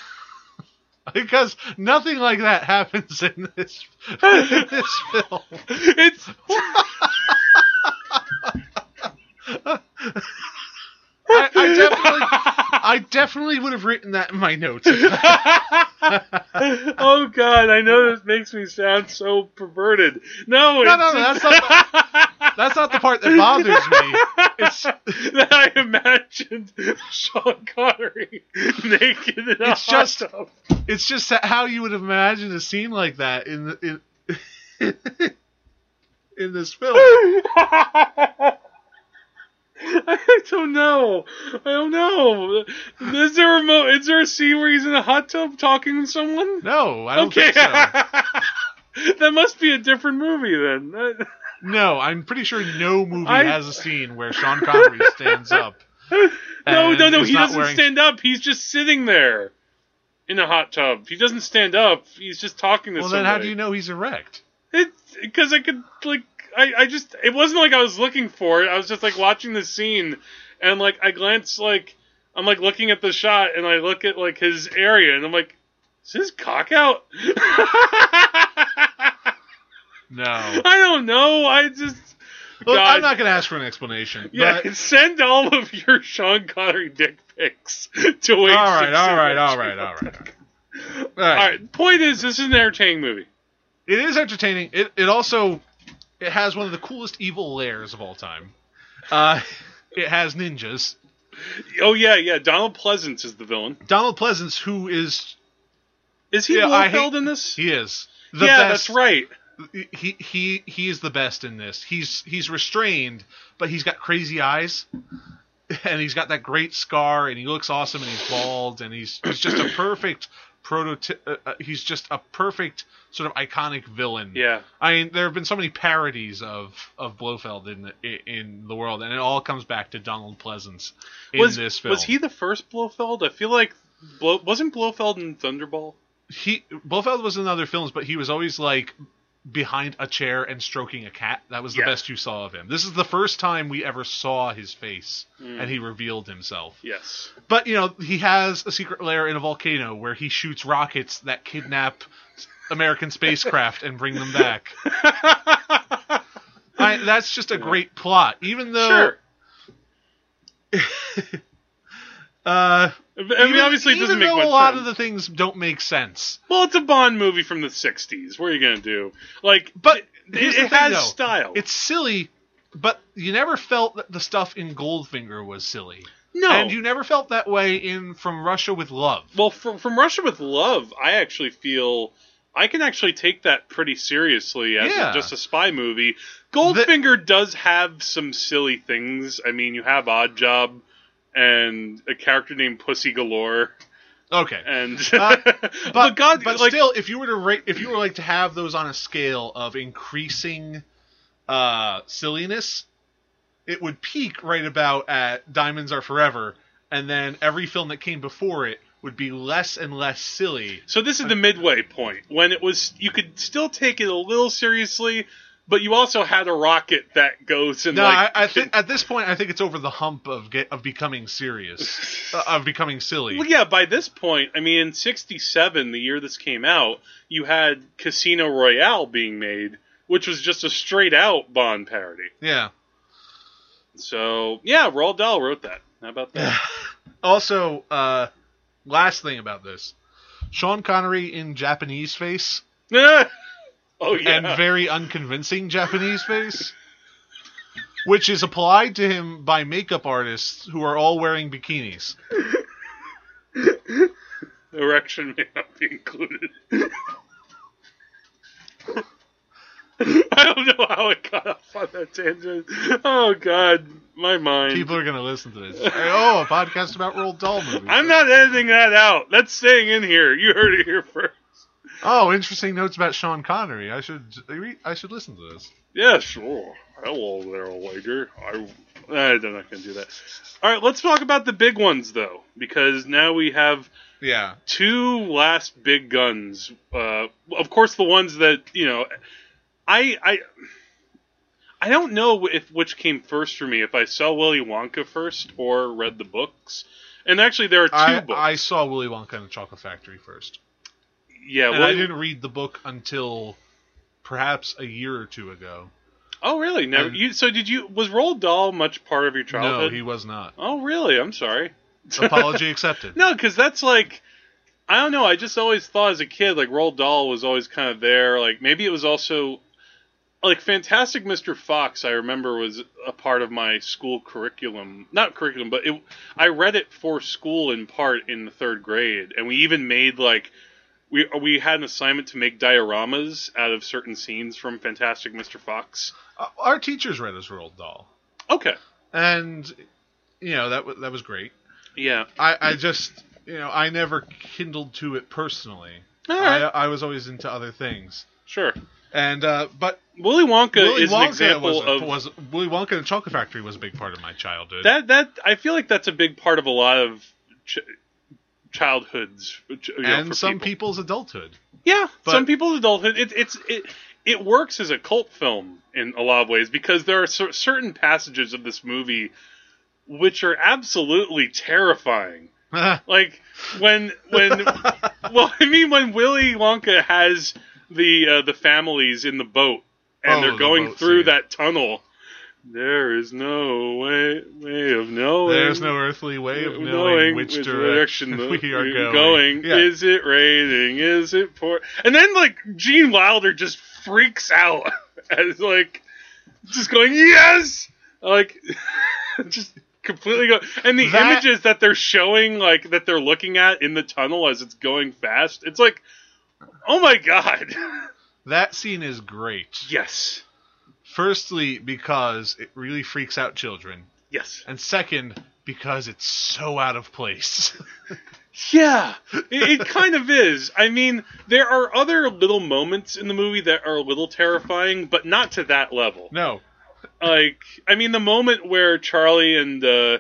Speaker 6: because nothing like that happens in this, in this film.
Speaker 5: It's
Speaker 6: I, I definitely, I definitely would have written that in my notes.
Speaker 5: oh god, I know this makes me sound so perverted. No,
Speaker 6: No,
Speaker 5: it's,
Speaker 6: no, no, that's not. The, that's not the part that bothers me. It's
Speaker 5: that I imagined Sean Connery naked in a
Speaker 6: It's
Speaker 5: hot
Speaker 6: just-
Speaker 5: tub.
Speaker 6: it's just that how you would imagine a scene like that in the, in in this film.
Speaker 5: I don't know. I don't know. Is there a mo- is there a scene where he's in a hot tub talking to someone?
Speaker 6: No, I don't
Speaker 5: okay,
Speaker 6: think so.
Speaker 5: that must be a different movie then. That-
Speaker 6: No, I'm pretty sure no movie
Speaker 5: I-
Speaker 6: has a scene where Sean Connery stands up.
Speaker 5: No,
Speaker 6: and
Speaker 5: no, no.
Speaker 6: is
Speaker 5: He
Speaker 6: Uh, not
Speaker 5: doesn't
Speaker 6: wearing-
Speaker 5: stand up. He's just sitting there in a hot tub. He doesn't stand up. He's just talking to
Speaker 6: Well,
Speaker 5: somebody.
Speaker 6: then how do you know he's erect?
Speaker 5: Because I could like I, I just it wasn't like I was looking for it. I was just like watching the scene, and like I glance like I'm like looking at the shot, and I look at like his area, and I'm like, is his cock out?
Speaker 6: No.
Speaker 5: I don't know. I just.
Speaker 6: Look,
Speaker 5: God.
Speaker 6: I'm not going to ask for an explanation.
Speaker 5: Yeah,
Speaker 6: but-
Speaker 5: send all of your Sean Connery dick pics to wait.
Speaker 6: all right, all right, all right, all right, all right. All
Speaker 5: All
Speaker 6: right.
Speaker 5: right. Point is, this is an entertaining movie.
Speaker 6: It is entertaining. It it also it has one of the coolest evil lairs of all time. Uh, it has ninjas.
Speaker 5: Oh yeah, yeah. Donald Pleasance is the villain.
Speaker 6: Donald Pleasance, who is
Speaker 5: Is he
Speaker 6: Yeah, I
Speaker 5: Blofeld
Speaker 6: hate-
Speaker 5: in this?
Speaker 6: he is the
Speaker 5: yeah,
Speaker 6: best.
Speaker 5: that's right.
Speaker 6: right. He he he is the best in this. He's he's restrained, but he's got crazy eyes, and he's got that great scar, and he looks awesome, and he's bald, and he's he's just a perfect prototype. Uh, uh, he's just a perfect sort of iconic villain.
Speaker 5: Yeah.
Speaker 6: I mean, there have been so many parodies of of Blofeld in the, in the world, and it all comes back to Donald Pleasance in
Speaker 5: was
Speaker 6: this film.
Speaker 5: was he the first Blofeld? I feel like Blo- wasn't Blofeld in Thunderball?
Speaker 6: He Blofeld was in other films, but he was always like behind a chair and stroking a cat. That was the
Speaker 5: Yeah.
Speaker 6: best you saw of him. This is the first time we ever saw his face,
Speaker 5: Mm.
Speaker 6: and he revealed himself.
Speaker 5: Yes.
Speaker 6: But you know, he has a secret lair in a volcano where he shoots rockets that kidnap American spacecraft and bring them back. I, that's just a great plot, even though.
Speaker 5: sure.
Speaker 6: Uh,
Speaker 5: I mean,
Speaker 6: even-
Speaker 5: obviously, it
Speaker 6: even
Speaker 5: doesn't make
Speaker 6: though
Speaker 5: much
Speaker 6: a lot
Speaker 5: sense.
Speaker 6: of the things don't make sense.
Speaker 5: Well, it's a Bond movie from the '60s. What are you gonna do? Like,
Speaker 6: But here's
Speaker 5: it,
Speaker 6: the
Speaker 5: it
Speaker 6: thing,
Speaker 5: has
Speaker 6: though.
Speaker 5: style.
Speaker 6: It's silly, but you never felt that the stuff in Goldfinger was silly,
Speaker 5: no.
Speaker 6: and you never felt that way in From Russia with Love.
Speaker 5: well, from from Russia with Love, I actually feel I can actually take that pretty seriously as
Speaker 6: Yeah.
Speaker 5: just a spy movie. Goldfinger does have some silly things. I mean, you have Odd Job and a character named Pussy Galore,
Speaker 6: Okay,
Speaker 5: and
Speaker 6: Uh,
Speaker 5: but,
Speaker 6: but
Speaker 5: God,
Speaker 6: but
Speaker 5: like,
Speaker 6: still, if you were to rate, if you were like to have those on a scale of increasing uh, silliness, it would peak right about at Diamonds Are Forever, and then every film that came before it would be less and less silly.
Speaker 5: So this is the midway point when it was you could still take it a little seriously, but you also had a rocket that goes and
Speaker 6: No,
Speaker 5: like
Speaker 6: I, I think at this point, I think it's over the hump of get, of becoming serious, uh, of becoming silly.
Speaker 5: Well, yeah. By this point, I mean, in '67, the year this came out, you had Casino Royale being made, which was just a straight out Bond parody.
Speaker 6: yeah.
Speaker 5: So yeah, Roald Dahl wrote that. How about that?
Speaker 6: Also, uh, last thing about this, Sean Connery in Japanese face.
Speaker 5: oh yeah.
Speaker 6: and very unconvincing Japanese face, which is applied to him by makeup artists who are all wearing bikinis.
Speaker 5: Erection may not be included. I don't know how it got off on that tangent. Oh God, my mind.
Speaker 6: People are going to listen to this. Oh, a podcast about Roald Dahl movies.
Speaker 5: I'm not editing that out. That's staying in here. You heard it here first.
Speaker 6: Oh, interesting notes about Sean Connery. I should I should listen to this.
Speaker 5: Yeah, sure. Hello there, Lager. I, I, they're not going to do that. All right, let's talk about the big ones though, because now we have
Speaker 6: Yeah.
Speaker 5: two last big guns. Uh, of course, the ones that you know, I I I don't know if which came first for me. If I saw Willy Wonka first or read the books, and actually there are two
Speaker 6: I,
Speaker 5: books.
Speaker 6: I saw Willy Wonka and the Chocolate Factory first.
Speaker 5: yeah,
Speaker 6: And I
Speaker 5: Uh, Willy-
Speaker 6: didn't read the book until perhaps a year or two ago.
Speaker 5: oh really? Never.
Speaker 6: and-
Speaker 5: you, so did you? Was Roald Dahl much part of your
Speaker 6: No,
Speaker 5: childhood?
Speaker 6: he was not.
Speaker 5: oh really? I'm sorry.
Speaker 6: Apology accepted.
Speaker 5: No, because that's like. I don't know. I just always thought as a kid, like Roald Dahl was always kind of there. Like maybe it was also like Fantastic Mr. Fox. I remember was a part of my school curriculum, not curriculum, but it. I read it for school in part in the third grade, and we even made like we we had an assignment to make dioramas out of certain scenes from Fantastic Mr. Fox.
Speaker 6: Uh, Our teachers read us Roald Dahl.
Speaker 5: Okay,
Speaker 6: and you know that wa that was great.
Speaker 5: yeah,
Speaker 6: I, I just you know I never kindled to it personally.
Speaker 5: All right.
Speaker 6: I, uh, I was always into other things,
Speaker 5: sure.
Speaker 6: and uh, but
Speaker 5: Willy Wonka
Speaker 6: Willy
Speaker 5: is
Speaker 6: Wonka
Speaker 5: an example
Speaker 6: was,
Speaker 5: of
Speaker 6: was Willy Wonka and the Chocolate Factory was a big part of my childhood.
Speaker 5: that that I feel like that's a big part of a lot of ch- childhoods ch- you know,
Speaker 6: and
Speaker 5: for
Speaker 6: some
Speaker 5: people.
Speaker 6: people's adulthood.
Speaker 5: yeah,
Speaker 6: but-
Speaker 5: some people's adulthood. It, it's it it works as a cult film in a lot of ways because there are cer- certain passages of this movie which are absolutely terrifying. Like when when well, I mean when Willy Wonka has the uh, the families in the boat and
Speaker 6: Oh,
Speaker 5: they're
Speaker 6: the
Speaker 5: going
Speaker 6: boat
Speaker 5: through
Speaker 6: scene.
Speaker 5: that tunnel. There is no way way of knowing.
Speaker 6: There's no earthly way of knowing, which direction,
Speaker 5: the-
Speaker 6: we are
Speaker 5: we're
Speaker 6: going. Yeah.
Speaker 5: Is it raining? Is it pour? And then like Gene Wilder just freaks out as like just going yes, like just completely go. And the
Speaker 6: That-
Speaker 5: images that they're showing, like that they're looking at in the tunnel as it's going fast, it's like, oh my god,
Speaker 6: that scene is great.
Speaker 5: yes,
Speaker 6: Firstly, because it really freaks out children,
Speaker 5: yes.
Speaker 6: and second, because it's so out of place.
Speaker 5: Yeah, it, it kind of is. I mean, there are other little moments in the movie that are a little terrifying, but not to that level.
Speaker 6: no,
Speaker 5: Like, I mean, the moment where Charlie and uh,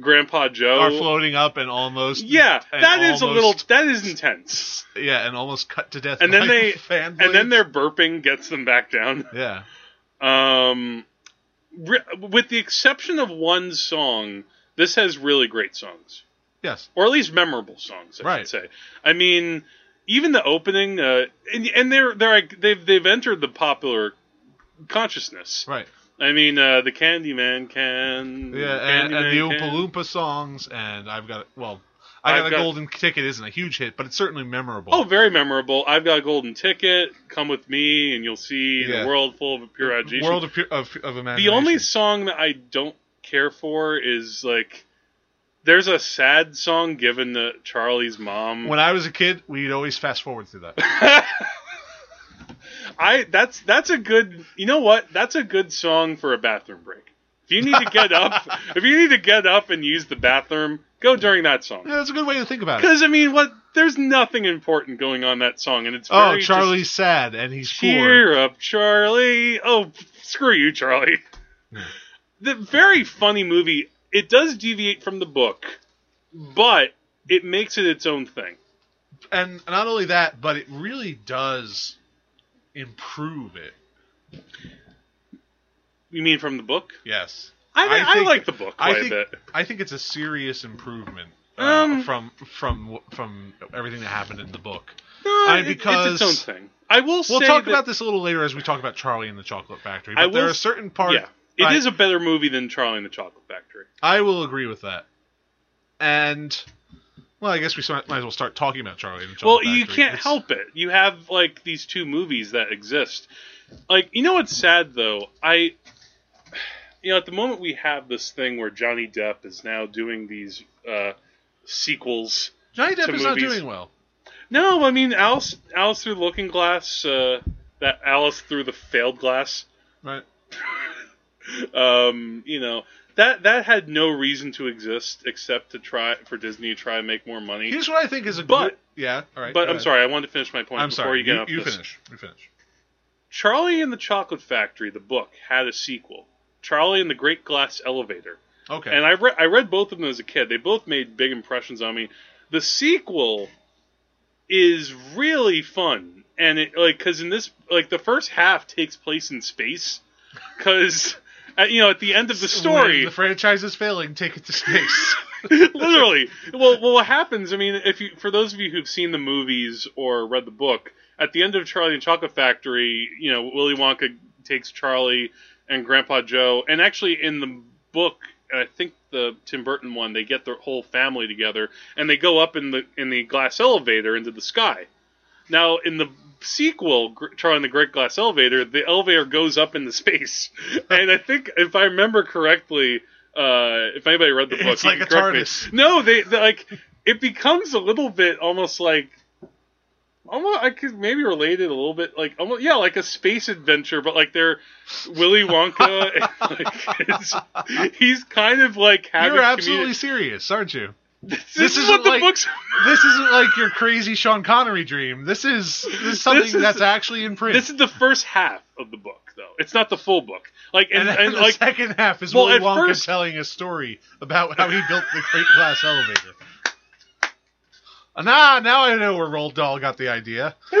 Speaker 5: Grandpa Joe
Speaker 6: are floating up and almost
Speaker 5: Yeah,
Speaker 6: and
Speaker 5: that is a little
Speaker 6: almost-
Speaker 5: that is intense.
Speaker 6: yeah and almost cut to death
Speaker 5: And then
Speaker 6: by
Speaker 5: they
Speaker 6: fan
Speaker 5: and then
Speaker 6: blades.
Speaker 5: their burping gets them back down.
Speaker 6: yeah
Speaker 5: Um, re- with the exception of one song, this has really great songs,
Speaker 6: yes
Speaker 5: or at least memorable songs. I
Speaker 6: Right.
Speaker 5: should say. I mean, even the opening, uh, and, and they're they're like, they've they've entered the popular consciousness.
Speaker 6: right
Speaker 5: I mean, uh, the Candyman can.
Speaker 6: yeah and, and
Speaker 5: Candyman
Speaker 6: the Oompa
Speaker 5: can.
Speaker 6: Loompa songs and I've got well I
Speaker 5: I've
Speaker 6: got a
Speaker 5: got-
Speaker 6: golden ticket isn't a huge hit but it's certainly memorable
Speaker 5: Oh, very memorable. I've got a golden ticket. Come with me, and you'll see
Speaker 6: Yeah.
Speaker 5: the world full of pure agitation.
Speaker 6: world of, pu- of of imagination
Speaker 5: The only song that I don't care for is like there's a sad song given to Charlie's mom.
Speaker 6: when I was a kid we'd always fast forward through that
Speaker 5: I that's that's a good you know what? That's a good song for a bathroom break. If you need to get up if you need to get up and use the bathroom, go during that song.
Speaker 6: yeah, that's a good way to think about it
Speaker 5: Because I mean what there's nothing important going on in that song and it's
Speaker 6: oh
Speaker 5: very just,
Speaker 6: Charlie's sad and he's poor
Speaker 5: Cheer up, Charlie. Oh, screw you, Charlie.
Speaker 6: Hmm.
Speaker 5: The very funny movie. It does deviate from the book, but it makes it its own thing.
Speaker 6: and not only that, but it really does improve it.
Speaker 5: You mean from the book?
Speaker 6: Yes,
Speaker 5: I,
Speaker 6: I
Speaker 5: I,
Speaker 6: think-
Speaker 5: like the book quite
Speaker 6: I think
Speaker 5: a bit.
Speaker 6: I think it's a serious improvement uh,
Speaker 5: Um,
Speaker 6: from from from everything that happened in the book.
Speaker 5: No,
Speaker 6: I-
Speaker 5: it-
Speaker 6: because-
Speaker 5: it's its own thing. I will
Speaker 6: We'll
Speaker 5: say
Speaker 6: talk
Speaker 5: that,
Speaker 6: about this a little later as we talk about Charlie and the Chocolate Factory.
Speaker 5: I
Speaker 6: But there
Speaker 5: will
Speaker 6: are
Speaker 5: s-
Speaker 6: certain parts.
Speaker 5: Yeah, it is
Speaker 6: I-
Speaker 5: a better movie than Charlie and the Chocolate Factory.
Speaker 6: I will agree with that. And well, I guess we might might as well start talking about Charlie and the
Speaker 5: Well,
Speaker 6: Chocolate
Speaker 5: you
Speaker 6: Factory.
Speaker 5: can't
Speaker 6: It's-
Speaker 5: help it. You have like these two movies that exist. Like, you know what's sad though? I you know, at the moment we have this thing where Johnny Depp is now doing these uh sequels.
Speaker 6: Johnny Depp
Speaker 5: to
Speaker 6: is not
Speaker 5: movies.
Speaker 6: doing well.
Speaker 5: No, I mean Alice Alice Through the Looking Glass, uh that Alice Through the Failed Glass.
Speaker 6: Right.
Speaker 5: Um, you know, that that had no reason to exist except to try for Disney to try and make more money.
Speaker 6: Here's what I think is a
Speaker 5: But-
Speaker 6: good. Yeah. All right.
Speaker 5: but
Speaker 6: go
Speaker 5: I'm
Speaker 6: ahead.
Speaker 5: sorry, I wanted to finish my point
Speaker 6: I'm
Speaker 5: before
Speaker 6: sorry.
Speaker 5: you get off
Speaker 6: you
Speaker 5: this.
Speaker 6: finish. You finish.
Speaker 5: Charlie and the Chocolate Factory, the book, had a sequel. Charlie and the Great Glass Elevator.
Speaker 6: Okay.
Speaker 5: And I, re- I read both of them as a kid. They both made big impressions on me. The sequel is really fun. And it, like, cause in this, like, the first half takes place in space. Cause, at, you know, at the end of the story,
Speaker 6: When the franchise is failing. Take it to space.
Speaker 5: literally. Well, well, what happens? I mean, if you, for those of you who've seen the movies or read the book, at the end of Charlie and Chocolate Factory, you know, Willy Wonka takes Charlie and Grandpa Joe, and actually in the book, and I think the Tim Burton one, they get their whole family together and they go up in the in the glass elevator into the sky. Now, in the sequel, Gr- Charlie and the Great Glass Elevator, the elevator goes up into space, and I think if I remember correctly, uh, if anybody read the book,
Speaker 6: It's
Speaker 5: you
Speaker 6: like
Speaker 5: can
Speaker 6: a
Speaker 5: correct me.
Speaker 6: TARDIS.
Speaker 5: No, they, they like it becomes a little bit almost like. Almost, I could maybe relate it a little bit, like almost, yeah, like a space adventure, but like they're Willy Wonka. and, like, it's- he's kind of like having.
Speaker 6: You're absolutely
Speaker 5: communi-
Speaker 6: serious, aren't you?
Speaker 5: this,
Speaker 6: this
Speaker 5: is
Speaker 6: isn't
Speaker 5: what the
Speaker 6: like-
Speaker 5: books.
Speaker 6: This isn't like your crazy Sean Connery dream. This is this is something
Speaker 5: This is-
Speaker 6: that's actually in print.
Speaker 5: This is the first half of the book, though. It's not the full book. Like
Speaker 6: and,
Speaker 5: and, and,
Speaker 6: then the
Speaker 5: like
Speaker 6: second half is
Speaker 5: Well,
Speaker 6: Willy
Speaker 5: at
Speaker 6: Wonka
Speaker 5: first-
Speaker 6: telling a story about how he built the Great Glass Elevator. Uh, Nah, now I know where Roald Dahl got the idea.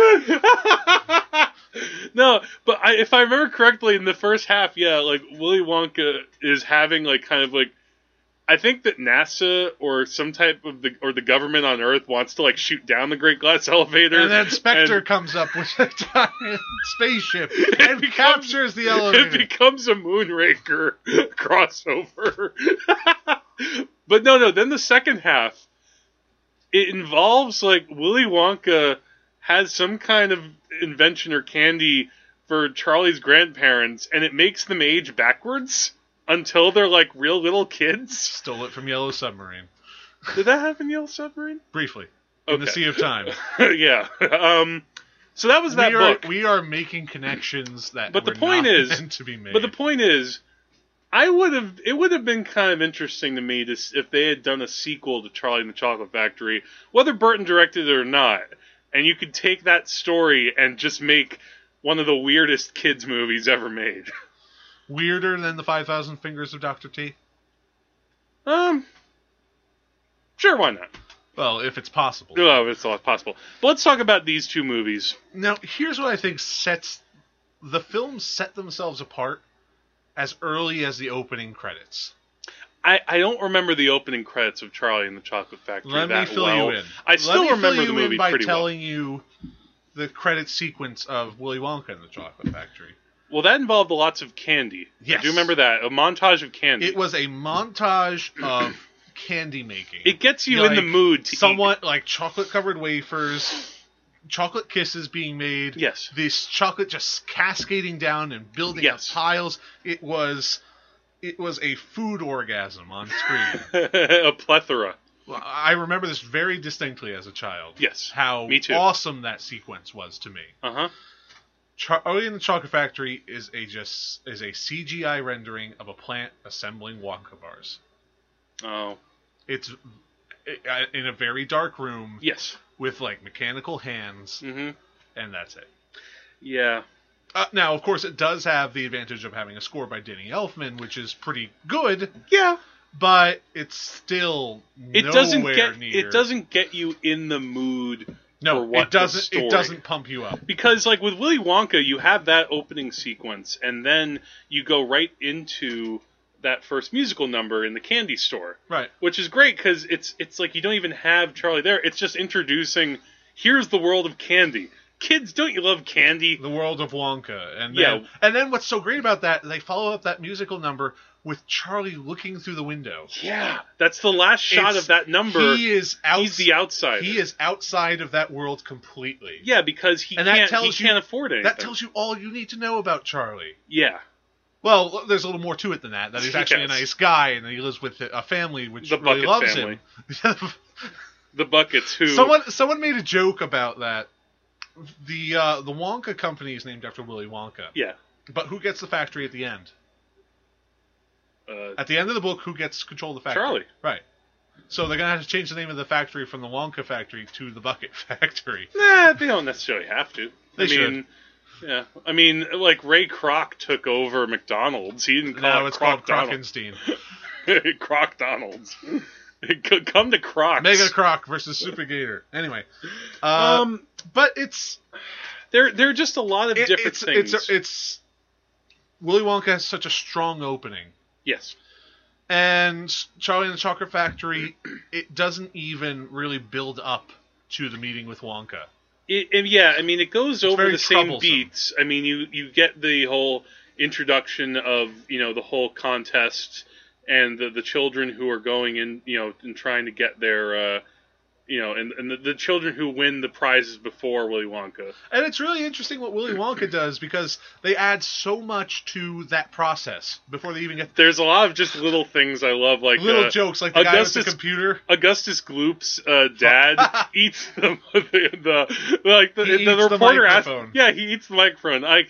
Speaker 5: no, but I, if I remember correctly, in the first half, yeah, like Willy Wonka is having like kind of like I think that NASA or some type of the or the government on Earth wants to like shoot down the Great Glass Elevator,
Speaker 6: And then Spectre
Speaker 5: and
Speaker 6: comes up with a giant spaceship and
Speaker 5: becomes-
Speaker 6: captures the
Speaker 5: it
Speaker 6: elevator.
Speaker 5: becomes a Moonraker crossover. but no, no. Then the second half, it involves like Willy Wonka has some kind of invention or candy for Charlie's grandparents, and it makes them age backwards until they're like real little kids.
Speaker 6: Stole it from Yellow Submarine.
Speaker 5: Did that happen, in Yellow Submarine?
Speaker 6: Briefly. In the
Speaker 5: Okay.
Speaker 6: Sea of Time.
Speaker 5: yeah. Um, so that was that
Speaker 6: we are,
Speaker 5: book.
Speaker 6: We are making connections that
Speaker 5: But the
Speaker 6: were
Speaker 5: point
Speaker 6: not
Speaker 5: is-
Speaker 6: meant to be made.
Speaker 5: But the point is, I would have it would have been kind of interesting to me to, s- if they had done a sequel to Charlie and the Chocolate Factory, whether Burton directed it or not, and you could take that story and just make one of the weirdest kids movies ever made.
Speaker 6: weirder than the Five Thousand Fingers of Doctor T.
Speaker 5: Um, Sure, why not?
Speaker 6: Well, if it's possible.
Speaker 5: Well, it's all possible. But let's talk about these two movies.
Speaker 6: Now, here's what I think sets the films set themselves apart as early as the opening credits.
Speaker 5: I, I don't remember the opening credits of Charlie and the Chocolate Factory
Speaker 6: Let me
Speaker 5: that
Speaker 6: fill
Speaker 5: well.
Speaker 6: you in.
Speaker 5: I still
Speaker 6: Let me
Speaker 5: remember
Speaker 6: fill
Speaker 5: the
Speaker 6: you
Speaker 5: movie
Speaker 6: in by
Speaker 5: pretty
Speaker 6: telling you the credit sequence of Willy Wonka and the Chocolate Factory.
Speaker 5: well. Well, that involved lots of candy.
Speaker 6: Yes.
Speaker 5: I do remember that. A montage of candy.
Speaker 6: It was a montage of candy making.
Speaker 5: It gets you in the
Speaker 6: Like,
Speaker 5: mood to eat.
Speaker 6: somewhat like chocolate covered wafers, chocolate kisses being made.
Speaker 5: Yes.
Speaker 6: this chocolate just cascading down and building
Speaker 5: Yes.
Speaker 6: up piles. It was, it was a food orgasm on screen.
Speaker 5: a plethora.
Speaker 6: Well, I remember this very distinctly as a child.
Speaker 5: Yes,
Speaker 6: how
Speaker 5: me too.
Speaker 6: awesome that sequence was to me.
Speaker 5: Uh huh.
Speaker 6: Charlie and the Chocolate Factory is a just is a CGI rendering of a plant assembling Wonka bars.
Speaker 5: Oh
Speaker 6: It's uh, in a very dark room
Speaker 5: yes.
Speaker 6: with like mechanical hands,
Speaker 5: Mm-hmm.
Speaker 6: and that's it.
Speaker 5: Yeah.
Speaker 6: Uh, now, of course, it does have the advantage of having a score by Danny Elfman, which is pretty good,
Speaker 5: Yeah.
Speaker 6: but it's still
Speaker 5: It
Speaker 6: nowhere
Speaker 5: doesn't get
Speaker 6: near.
Speaker 5: it doesn't get you in the mood
Speaker 6: no,
Speaker 5: for what
Speaker 6: it doesn't.
Speaker 5: the story.
Speaker 6: It doesn't pump you up.
Speaker 5: because like with Willy Wonka, you have that opening sequence, and then you go right into that first musical number in the candy store,
Speaker 6: Right.
Speaker 5: which is great because it's it's like you don't even have Charlie there. It's just introducing. Here's the world of candy. Kids, don't you love candy?
Speaker 6: the world of Wonka, and
Speaker 5: Yeah.
Speaker 6: then, and then what's so great about that? They follow up that musical number with Charlie looking through the window.
Speaker 5: Yeah, that's the last shot
Speaker 6: It's-
Speaker 5: of that number.
Speaker 6: He is out.
Speaker 5: He's the outsider.
Speaker 6: He is outside of that world completely.
Speaker 5: Yeah, because he
Speaker 6: And that
Speaker 5: can't.
Speaker 6: tells
Speaker 5: he
Speaker 6: you-
Speaker 5: can't afford anything.
Speaker 6: That tells you all you need to know about Charlie.
Speaker 5: Yeah,
Speaker 6: Well, there's a little more to it than that. That he's actually
Speaker 5: Yes.
Speaker 6: a nice guy, and he lives with a family which
Speaker 5: The
Speaker 6: really
Speaker 5: Bucket
Speaker 6: loves
Speaker 5: family.
Speaker 6: him.
Speaker 5: the buckets who.
Speaker 6: someone someone made a joke about that. The uh, the Wonka company is named after Willy Wonka,
Speaker 5: Yeah.
Speaker 6: but who gets the factory at the end?
Speaker 5: Uh,
Speaker 6: At the end of the book, who gets control of the factory?
Speaker 5: Charlie.
Speaker 6: Right. So they're gonna have to change the name of the factory from the Wonka factory to the Bucket factory.
Speaker 5: nah, they don't necessarily have to.
Speaker 6: They
Speaker 5: I mean, yeah. I mean, like Ray Kroc took over McDonald's. He didn't call
Speaker 6: now
Speaker 5: it
Speaker 6: it's
Speaker 5: Kroc
Speaker 6: called
Speaker 5: Donald.
Speaker 6: Crockenstein.
Speaker 5: Kroc Donald's. It could come to Crocs.
Speaker 6: Mega Croc versus Super Gator. Anyway, uh,
Speaker 5: um,
Speaker 6: but it's
Speaker 5: there, there are just a lot of
Speaker 6: it,
Speaker 5: different
Speaker 6: it's,
Speaker 5: things.
Speaker 6: it's it's Willy Wonka has such a strong opening,
Speaker 5: yes.
Speaker 6: and Charlie and the Chocolate Factory it doesn't even really build up to the meeting with Wonka.
Speaker 5: It, and yeah, I mean, it goes over
Speaker 6: very
Speaker 5: the same
Speaker 6: troublesome.
Speaker 5: beats. I mean, you you get the whole introduction of you know the whole contest and the the children who are going in you know and trying to get their uh, you know and and the, the children who win the prizes before Willy Wonka.
Speaker 6: And it's really interesting what Willy Wonka does because they add so much to that process before they even get
Speaker 5: There's a lot of just little things I love, like
Speaker 6: little
Speaker 5: uh,
Speaker 6: jokes like the guy with the
Speaker 5: Augustus-
Speaker 6: computer.
Speaker 5: Augustus Gloop's uh, dad eats the, the, the like the,
Speaker 6: He
Speaker 5: the
Speaker 6: eats the
Speaker 5: reporter asked,
Speaker 6: microphone.
Speaker 5: yeah, he eats the microphone. I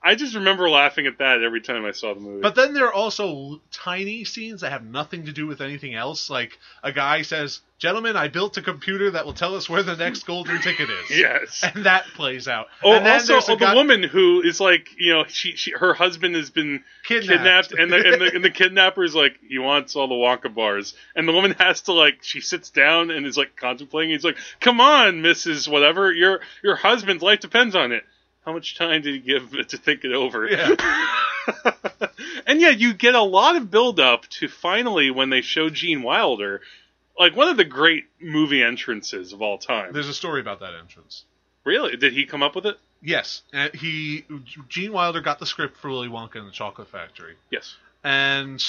Speaker 5: I just remember laughing at that every time I saw the movie.
Speaker 6: But then there are also tiny scenes that have nothing to do with anything else. Like a guy says, "Gentlemen, I built a computer that will tell us where the next golden ticket is."
Speaker 5: yes.
Speaker 6: And that plays out.
Speaker 5: Oh,
Speaker 6: and then
Speaker 5: also
Speaker 6: there's a
Speaker 5: oh, the
Speaker 6: guy
Speaker 5: woman who is like, you know, she, she her husband has been kidnapped, and, the, and the and the kidnapper is like, he wants all the Wonka bars, and the woman has to like, she sits down and is like contemplating. He's like, come on, Mrs. Whatever, your your husband's life depends on it. How much time did he give to think it over?
Speaker 6: Yeah.
Speaker 5: and yeah, you get a lot of build up to finally when they show Gene Wilder, like one of the great movie entrances of all time.
Speaker 6: There's a story about that entrance.
Speaker 5: really, did he come up with it?
Speaker 6: Yes, and he Gene Wilder got the script for Willy Wonka and the Chocolate Factory,
Speaker 5: Yes.
Speaker 6: and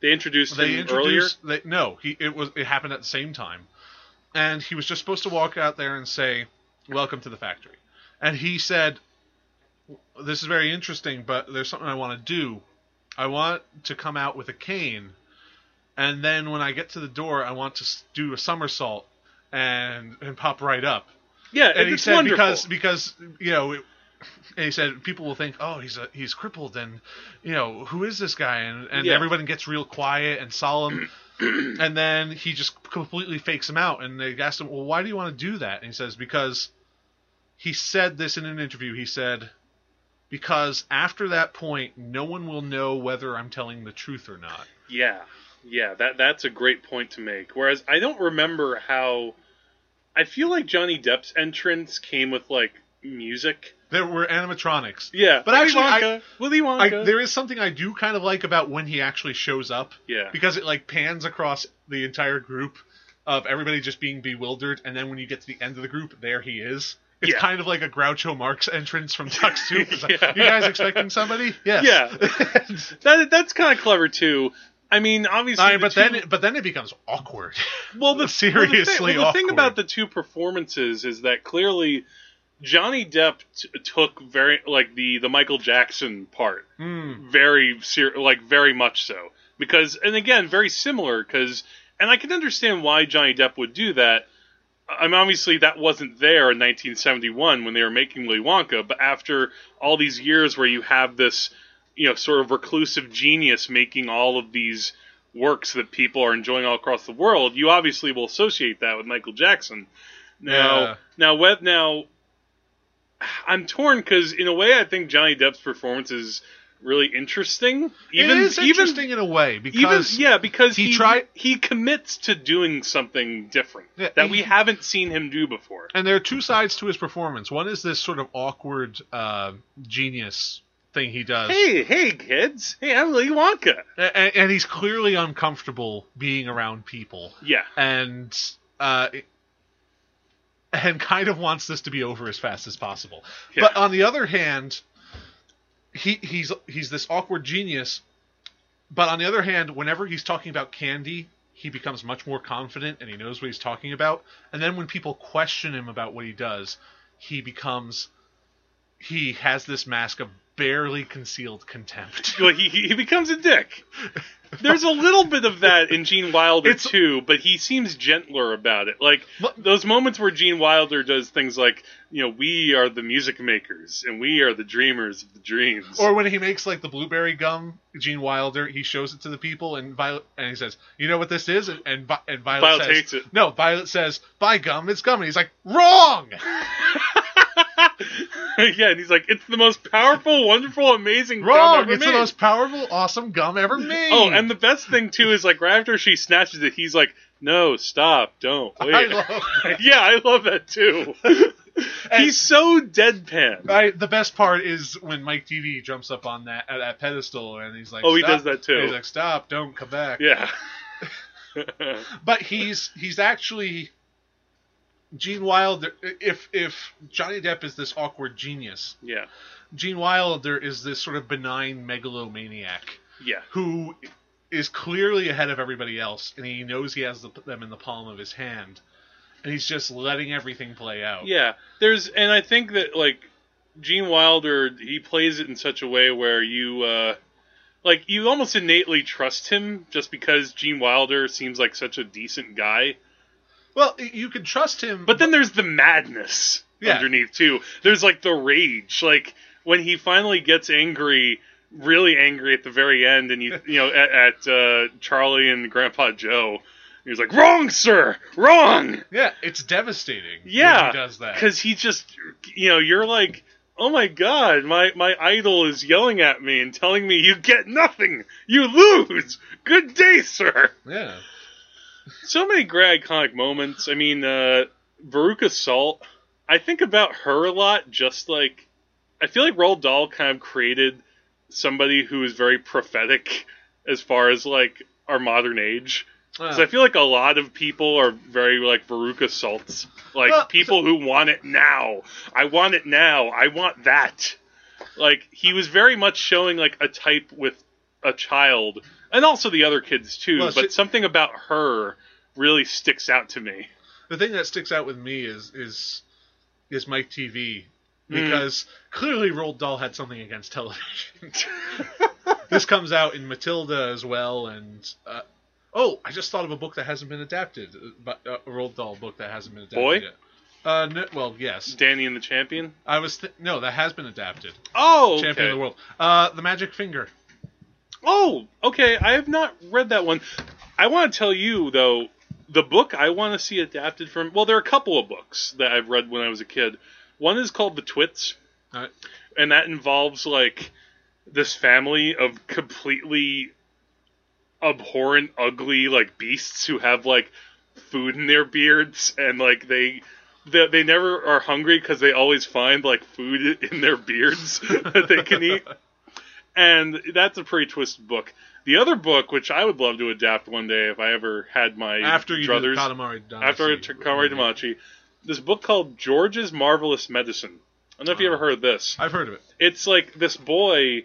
Speaker 5: They introduced
Speaker 6: they
Speaker 5: him
Speaker 6: introduced they, no, he it was it happened at the same time, and he was just supposed to walk out there and say, "Welcome to the factory," and he said, "This is very interesting, but there's something I want to do. I want to come out with a cane, and then when I get to the door, I want to s- do a somersault and and pop right up."
Speaker 5: earlier. Yeah,
Speaker 6: and he
Speaker 5: it's
Speaker 6: said
Speaker 5: wonderful.
Speaker 6: because because you know it, and he said people will think oh he's a, he's crippled and you know who is this guy and and
Speaker 5: Yeah.
Speaker 6: everybody gets real quiet and solemn and then he just completely fakes him out and they asked him well why do you want to do that and he says because he said this in an interview he said because after that point no one will know whether I'm telling the truth or not
Speaker 5: yeah, Yeah, that that's a great point to make. Whereas I don't remember how. I feel like Johnny Depp's entrance came with like music.
Speaker 6: There were animatronics.
Speaker 5: Yeah,
Speaker 6: But
Speaker 5: Willy
Speaker 6: actually, I-
Speaker 5: Wonka, Willy
Speaker 6: I,
Speaker 5: Wonka.
Speaker 6: there is something I do kind of like about when he actually shows up.
Speaker 5: Yeah.
Speaker 6: Because it like pans across the entire group of everybody just being bewildered, and then when you get to the end of the group, there he is. It's
Speaker 5: Yeah.
Speaker 6: kind of like a Groucho Marx entrance from Tux Two. It's like,
Speaker 5: Yeah.
Speaker 6: You guys expecting somebody? Yes.
Speaker 5: Yeah. that that's kind of clever too. I mean, obviously,
Speaker 6: I mean,
Speaker 5: the
Speaker 6: but
Speaker 5: two-
Speaker 6: then, it, but then it becomes awkward.
Speaker 5: well, the
Speaker 6: seriously
Speaker 5: Well, the, thing, well, the thing
Speaker 6: awkward.
Speaker 5: about the two performances is that clearly Johnny Depp t- took very like the the Michael Jackson part
Speaker 6: Hmm.
Speaker 5: very ser- like very much so because and again very similar because and I can understand why Johnny Depp would do that. I mean, obviously that wasn't there in 1971 when they were making Willy Wonka, but after all these years where you have this, you know, sort of reclusive genius making all of these works that people are enjoying all across the world, you obviously will associate that with Michael Jackson. Now,
Speaker 6: Yeah.
Speaker 5: now, whe- now, I'm torn because in a way I think Johnny Depp's performance is really interesting. Even
Speaker 6: it is
Speaker 5: even
Speaker 6: interesting in a way
Speaker 5: even
Speaker 6: because
Speaker 5: yeah, because
Speaker 6: he
Speaker 5: he, he
Speaker 6: tried-
Speaker 5: commits to doing something different
Speaker 6: Yeah,
Speaker 5: that we
Speaker 6: he-
Speaker 5: haven't seen him do before.
Speaker 6: and there are two sides to his performance. One is this sort of awkward uh, genius thing he does.
Speaker 5: Hey, hey, kids! Hey, I'm Willy Wonka.
Speaker 6: A- and, and he's clearly uncomfortable being around people
Speaker 5: Yeah,
Speaker 6: and uh and kind of wants this to be over as fast as possible
Speaker 5: Yeah.
Speaker 6: but on the other hand he he's he's this awkward genius but on the other hand whenever he's talking about candy he becomes much more confident and he knows what he's talking about and then when people question him about what he does he becomes he has this mask of barely concealed contempt
Speaker 5: well, he he he becomes a dick. There's a little bit of that in Gene Wilder
Speaker 6: It's-
Speaker 5: too, but he seems gentler about it. Like
Speaker 6: But-
Speaker 5: those moments where Gene Wilder does things like, you know, we are the music makers and we are the dreamers of the dreams.
Speaker 6: Or when he makes like the blueberry gum, Gene Wilder, he shows it to the people, and Violet and he says, "You know what this is?" And and, Vi- and Violet,
Speaker 5: Violet
Speaker 6: says,
Speaker 5: hates it.
Speaker 6: "No." Violet says, "Buy gum, it's gum." And he's like, "Wrong."
Speaker 5: yeah, and he's like, it's the most powerful, wonderful, amazing gum
Speaker 6: Wrong!
Speaker 5: ever
Speaker 6: It's
Speaker 5: made."
Speaker 6: the most powerful, awesome gum ever made.
Speaker 5: Oh, and the best thing too is like right after she snatches it, he's like, "No, stop, don't wait."
Speaker 6: I love that.
Speaker 5: yeah, I love that too. he's so deadpan.
Speaker 6: I, the best part is when Mike TV jumps up on that at that pedestal and he's like,
Speaker 5: Oh, he
Speaker 6: "Stop."
Speaker 5: does that too.
Speaker 6: He's like, "Stop! Don't come back."
Speaker 5: yeah.
Speaker 6: but he's he's actually Gene Wilder. If if Johnny Depp is this awkward genius,
Speaker 5: yeah.
Speaker 6: Gene Wilder is this sort of benign megalomaniac
Speaker 5: Yeah.
Speaker 6: who is clearly ahead of everybody else, and he knows he has the, them in the palm of his hand, and he's just letting everything play out.
Speaker 5: Yeah, there's, and I think that like Gene Wilder, he plays it in such a way where you, uh, like, you almost innately trust him just because Gene Wilder seems like such a decent guy.
Speaker 6: Well, y- you can trust him,
Speaker 5: But then there's the madness
Speaker 6: Yeah.
Speaker 5: underneath too. There's like the rage, like when he finally gets angry, really angry at the very end, and you, you know, at, at uh, Charlie and Grandpa Joe. He's like, wrong, sir, wrong.
Speaker 6: yeah, it's devastating. when
Speaker 5: Yeah,
Speaker 6: he does that.
Speaker 5: because he just, you know, you're like, oh my god, my my idol is yelling at me and telling me you get nothing, you lose. Good day, sir.
Speaker 6: Yeah,
Speaker 5: So many great iconic moments. I mean, uh, Veruca Salt. I think about her a lot. Just like, I feel like Roald Dahl kind of created somebody who is very prophetic as far as like our modern age.
Speaker 6: Uh,
Speaker 5: So I feel like a lot of people are very like Veruca Salts, like
Speaker 6: Well,
Speaker 5: people who want it now. I want it now. I want that. Like he was very much showing like a type with a child, and also the other kids too.
Speaker 6: Well,
Speaker 5: but
Speaker 6: she-
Speaker 5: something about her really sticks out to me.
Speaker 6: the thing that sticks out with me is is is Mike TV
Speaker 5: Hmm.
Speaker 6: because clearly Roald Dahl had something against television. this comes out in Matilda as well, and uh, oh, I just thought of a book that hasn't been adapted, uh, but uh, a Roald Dahl book that hasn't been adapted
Speaker 5: Boy?
Speaker 6: yet. Uh, no, well, yes,
Speaker 5: Danny and the Champion.
Speaker 6: I was th- no, that has been adapted.
Speaker 5: Oh, okay.
Speaker 6: Champion of the World, uh, The Magic Finger.
Speaker 5: Oh, okay. I have not read that one. I want to tell you though, the book I want to see adapted from. Well, there are a couple of books that I've read when I was a kid. One is called The Twits,
Speaker 6: Uh,
Speaker 5: and that involves like this family of completely abhorrent, ugly like beasts who have like food in their beards and like they. They, they never are hungry because they always find like food in their beards that they can eat and that's a pretty twisted book. The other book, which I would love to adapt one day if I ever had my
Speaker 6: after you
Speaker 5: druthers,
Speaker 6: did Katamari Damacy.
Speaker 5: after I took Katamari Damacy, this book called George's Marvelous Medicine. I don't know if you ever heard of this.
Speaker 6: I've heard of it.
Speaker 5: It's like this boy,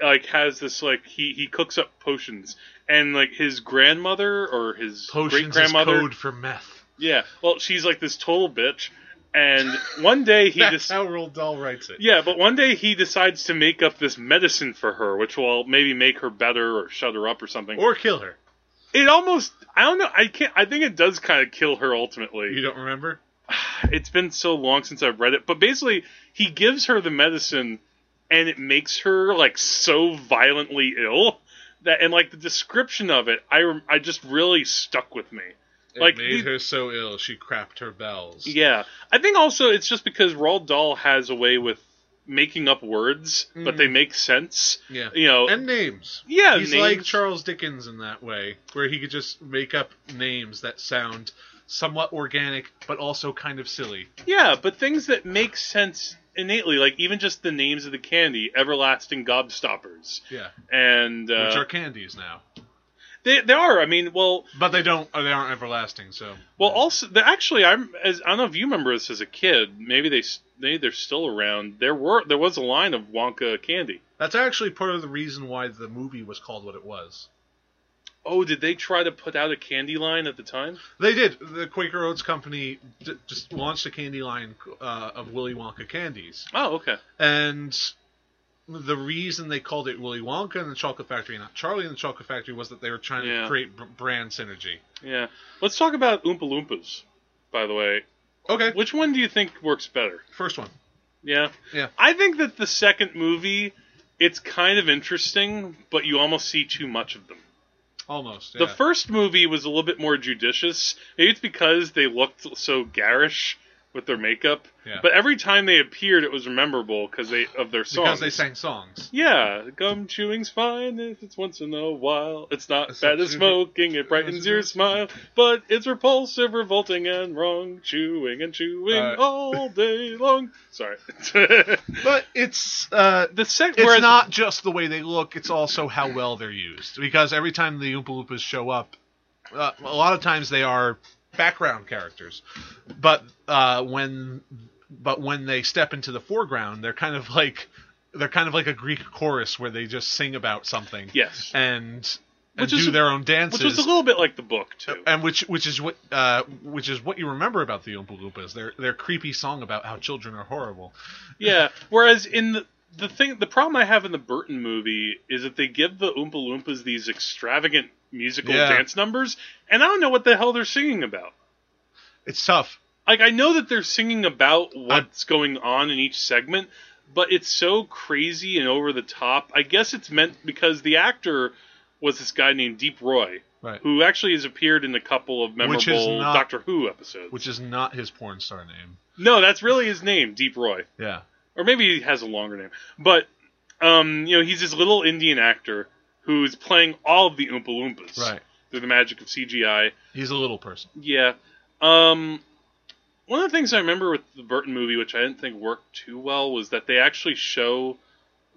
Speaker 5: like has this like he he cooks up potions, and like his grandmother or his great
Speaker 6: Potions is
Speaker 5: grandmother.
Speaker 6: code for meth.
Speaker 5: Yeah, well, she's like this total bitch, and one day he
Speaker 6: That's
Speaker 5: just
Speaker 6: how Roald Dahl writes it.
Speaker 5: yeah, but one day he decides to make up this medicine for her, which will maybe make her better or shut her up or something.
Speaker 6: Or kill her.
Speaker 5: it almost I don't know, I can't I think it does kind of kill her
Speaker 6: You
Speaker 5: ultimately.
Speaker 6: don't remember?
Speaker 5: It's been so long since I've read it, but basically he gives her the medicine and it makes her like so violently ill that and like the description of it I rem- I just really stuck with me.
Speaker 6: It
Speaker 5: Like,
Speaker 6: made
Speaker 5: the-
Speaker 6: her so ill she crapped her bells.
Speaker 5: Yeah. I think also it's just because Roald Dahl has a way with making up words, but they make sense.
Speaker 6: Mm. Yeah.
Speaker 5: You know,
Speaker 6: And names.
Speaker 5: Yeah,
Speaker 6: He's
Speaker 5: names.
Speaker 6: like Charles Dickens in that way, where he could just make up names that sound somewhat organic but also kind of silly.
Speaker 5: Yeah, but things that make sense innately, like even just the names of the candy, everlasting gobstoppers,
Speaker 6: Yeah.
Speaker 5: and uh,
Speaker 6: Which are candies now.
Speaker 5: they they are. I mean, well,
Speaker 6: But they don't they aren't everlasting, so
Speaker 5: well, also they- actually, I'm as I don't know if you remember this as a kid. Maybe they s- maybe they're still around. There were there was a line of Wonka candy.
Speaker 6: that's actually part of the reason why the movie was called what it was.
Speaker 5: Oh, did they try to put out a candy line at the time?
Speaker 6: They did. The Quaker Oats Company d- just launched a candy line uh, of Willy Wonka candies,
Speaker 5: Oh, okay.
Speaker 6: and the reason they called it Willy Wonka and the Chocolate Factory, not Charlie and the Chocolate Factory, was that they were trying
Speaker 5: Yeah.
Speaker 6: to create b- brand synergy.
Speaker 5: Yeah. Let's talk about Oompa Loompas, by the way.
Speaker 6: Okay,
Speaker 5: Which one do you think works better?
Speaker 6: first one.
Speaker 5: Yeah.
Speaker 6: Yeah.
Speaker 5: I think that the second movie, it's kind of interesting, but you almost see too much of them.
Speaker 6: Almost.
Speaker 5: The
Speaker 6: yeah.
Speaker 5: first movie was a little bit more judicious. Maybe it's because they looked so garish with their makeup.
Speaker 6: Yeah.
Speaker 5: But every time they appeared, it was memorable because they of their songs.
Speaker 6: because they sang songs.
Speaker 5: Yeah, gum chewing's fine if it's once in a while. It's not
Speaker 6: It's
Speaker 5: bad
Speaker 6: not
Speaker 5: as
Speaker 6: too-
Speaker 5: smoking, it brightens your smile, but it's repulsive, revolting, and wrong. Chewing and chewing
Speaker 6: Uh,
Speaker 5: all day long. Sorry.
Speaker 6: But it's uh,
Speaker 5: The sec-
Speaker 6: it's
Speaker 5: whereas-
Speaker 6: not just the way they look; it's also how well they're used. Because every time the Oompa Loompas show up, uh, a lot of times they are background characters, but uh, when but when they step into the foreground, they're kind of like they're kind of like a Greek chorus where they just sing about something.
Speaker 5: Yes.
Speaker 6: and and
Speaker 5: Which is-
Speaker 6: do their own dances.
Speaker 5: which was a little bit like the book too.
Speaker 6: and which which is what uh, which is what you remember about the Oompa Loompas, their their creepy song about how children are horrible.
Speaker 5: yeah. Whereas in the the thing, the problem I have in the Burton movie is that they give the Oompa Loompas these extravagant musical
Speaker 6: Yeah.
Speaker 5: dance numbers, and I don't know what the hell they're singing about.
Speaker 6: It's tough.
Speaker 5: Like I know that they're singing about what's going on in each segment, but it's so crazy and over the top. I guess it's meant because the actor was this guy named Deep Roy,
Speaker 6: Right.
Speaker 5: who actually has appeared in a couple of
Speaker 6: Which is
Speaker 5: memorable
Speaker 6: not-
Speaker 5: Doctor Who episodes.
Speaker 6: which is not his porn star name.
Speaker 5: No, that's really his name, Deep Roy.
Speaker 6: Yeah.
Speaker 5: or maybe he has a longer name. But um, you know, he's this little Indian actor who's playing all of the Oompa Loompas
Speaker 6: Right.
Speaker 5: through the magic of CGI.
Speaker 6: He's a little person.
Speaker 5: Yeah. Um, one of the things I remember with the Burton movie, which I didn't think worked too well, was that they actually show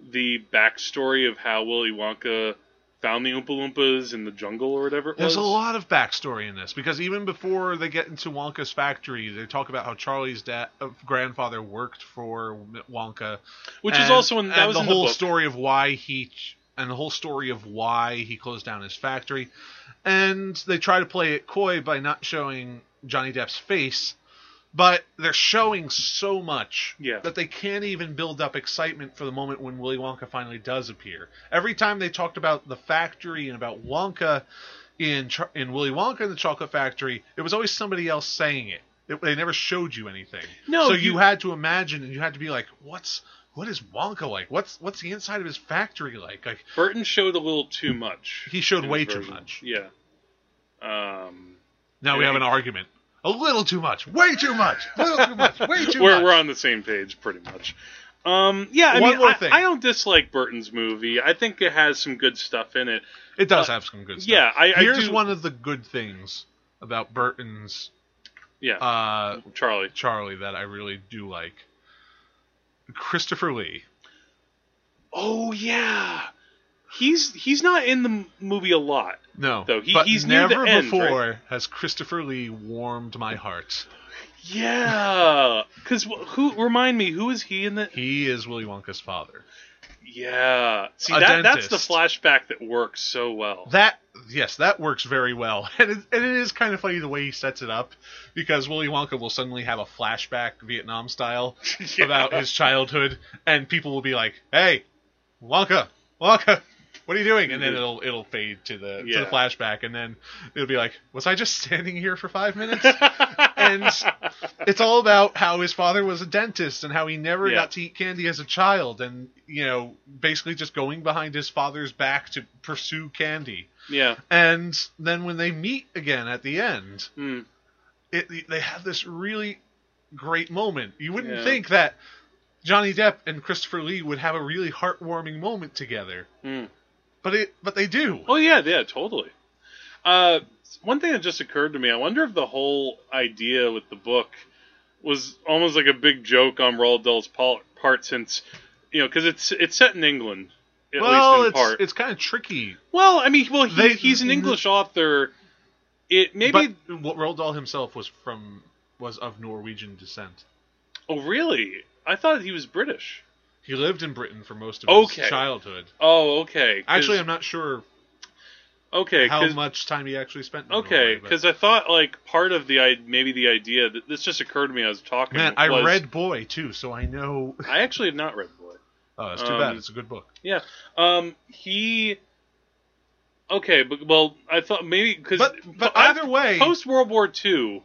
Speaker 5: the backstory of how Willy Wonka found the Oompa Loompas in the jungle or whatever it
Speaker 6: There's
Speaker 5: was.
Speaker 6: a lot of backstory in this because even before they get into Wonka's factory, they talk about how Charlie's dad, uh, grandfather worked for Wonka,
Speaker 5: which is
Speaker 6: And-
Speaker 5: also in that
Speaker 6: and
Speaker 5: was
Speaker 6: the
Speaker 5: in
Speaker 6: whole
Speaker 5: book.
Speaker 6: story of why he ch- and the whole story of why he closed down his factory, and they try to play it coy by not showing Johnny Depp's face, but they're showing so much
Speaker 5: Yeah.
Speaker 6: that they can't even build up excitement for the moment when Willy Wonka finally does appear. Every time they talked about the factory and about Wonka in Char- in Willy Wonka and the Chocolate Factory, it was always somebody else saying it. It- they never showed you anything.
Speaker 5: No,
Speaker 6: so you,
Speaker 5: you-
Speaker 6: had to imagine and you had to be like, what's what is Wonka like? What's what's the inside of his factory like? Like
Speaker 5: Burton showed a little too much.
Speaker 6: He showed
Speaker 5: in
Speaker 6: way
Speaker 5: his
Speaker 6: too
Speaker 5: version.
Speaker 6: much.
Speaker 5: Yeah. Um,
Speaker 6: now we
Speaker 5: Yeah.
Speaker 6: have an argument. A little too much. Way too much. A little too much. Way too
Speaker 5: we're,
Speaker 6: much.
Speaker 5: we're on the same page pretty much. Um, yeah, I
Speaker 6: One
Speaker 5: mean,
Speaker 6: more
Speaker 5: I,
Speaker 6: thing.
Speaker 5: I don't dislike Burton's movie. I think it has some good stuff in it.
Speaker 6: It does have some good stuff.
Speaker 5: yeah, I- I
Speaker 6: here's
Speaker 5: do-
Speaker 6: one of the good things about Burton's
Speaker 5: Yeah,
Speaker 6: uh,
Speaker 5: Charlie.
Speaker 6: Charlie that I really do like. Christopher Lee.
Speaker 5: Oh yeah, he's he's not in the m- movie a lot.
Speaker 6: No,
Speaker 5: Though he-
Speaker 6: but
Speaker 5: he's near the
Speaker 6: never
Speaker 5: end,
Speaker 6: before has Christopher Lee warmed my heart.
Speaker 5: Yeah, because who remind me who is he in the?
Speaker 6: He is Willy Wonka's father.
Speaker 5: Yeah, see
Speaker 6: A
Speaker 5: that, that's the
Speaker 6: dentist.
Speaker 5: flashback that works so well.
Speaker 6: That yes, that works very well, and it, and it is kind of funny the way he sets it up, because Willy Wonka will suddenly have a flashback Vietnam style
Speaker 5: Yeah.
Speaker 6: about his childhood, and people will be like, "Hey, Wonka, Wonka, what are you doing?" And then
Speaker 5: Mhm.
Speaker 6: it'll it'll fade to the to
Speaker 5: Yeah.
Speaker 6: the flashback, and then it'll be like, "Was I just standing here for five minutes?" and it's all about how his father was a dentist and how he never
Speaker 5: Yeah.
Speaker 6: got to eat candy as a child, and you know, basically just going behind his father's back to pursue candy.
Speaker 5: yeah,
Speaker 6: And then when they meet again at the end,
Speaker 5: Hmm.
Speaker 6: it, they have this really great moment. You wouldn't
Speaker 5: Yeah.
Speaker 6: think that Johnny Depp and Christopher Lee would have a really heartwarming moment together,
Speaker 5: Hmm.
Speaker 6: but it but they do.
Speaker 5: Oh yeah, yeah, totally. Uh, one thing that just occurred to me, I wonder if the whole idea with the book was almost like a big joke on Roald Dahl's pol- part, since you know, because it's it's set in England, at
Speaker 6: well,
Speaker 5: least in
Speaker 6: it's
Speaker 5: part.
Speaker 6: it's kind of tricky.
Speaker 5: well, I mean, well, he,
Speaker 6: They-
Speaker 5: he's an English author. It maybe.
Speaker 6: But what Roald Dahl himself was from was of Norwegian descent.
Speaker 5: oh, really? I thought he was British.
Speaker 6: He lived in Britain for most of
Speaker 5: Okay.
Speaker 6: his childhood.
Speaker 5: Oh, okay. 'cause-
Speaker 6: Actually, I'm not sure
Speaker 5: okay.
Speaker 6: how
Speaker 5: 'cause-
Speaker 6: much time he actually spent. In
Speaker 5: Okay,
Speaker 6: Norway, but-
Speaker 5: because I thought like part of the i maybe the idea that this just occurred to me. I was talking.
Speaker 6: man, I
Speaker 5: was-
Speaker 6: read Boy too, so I know.
Speaker 5: I actually had not read Boy.
Speaker 6: Oh, it's too
Speaker 5: Um,
Speaker 6: bad. It's a good book.
Speaker 5: Yeah. Um. He. Okay, but well, I thought maybe because
Speaker 6: But but either way,
Speaker 5: post World War II,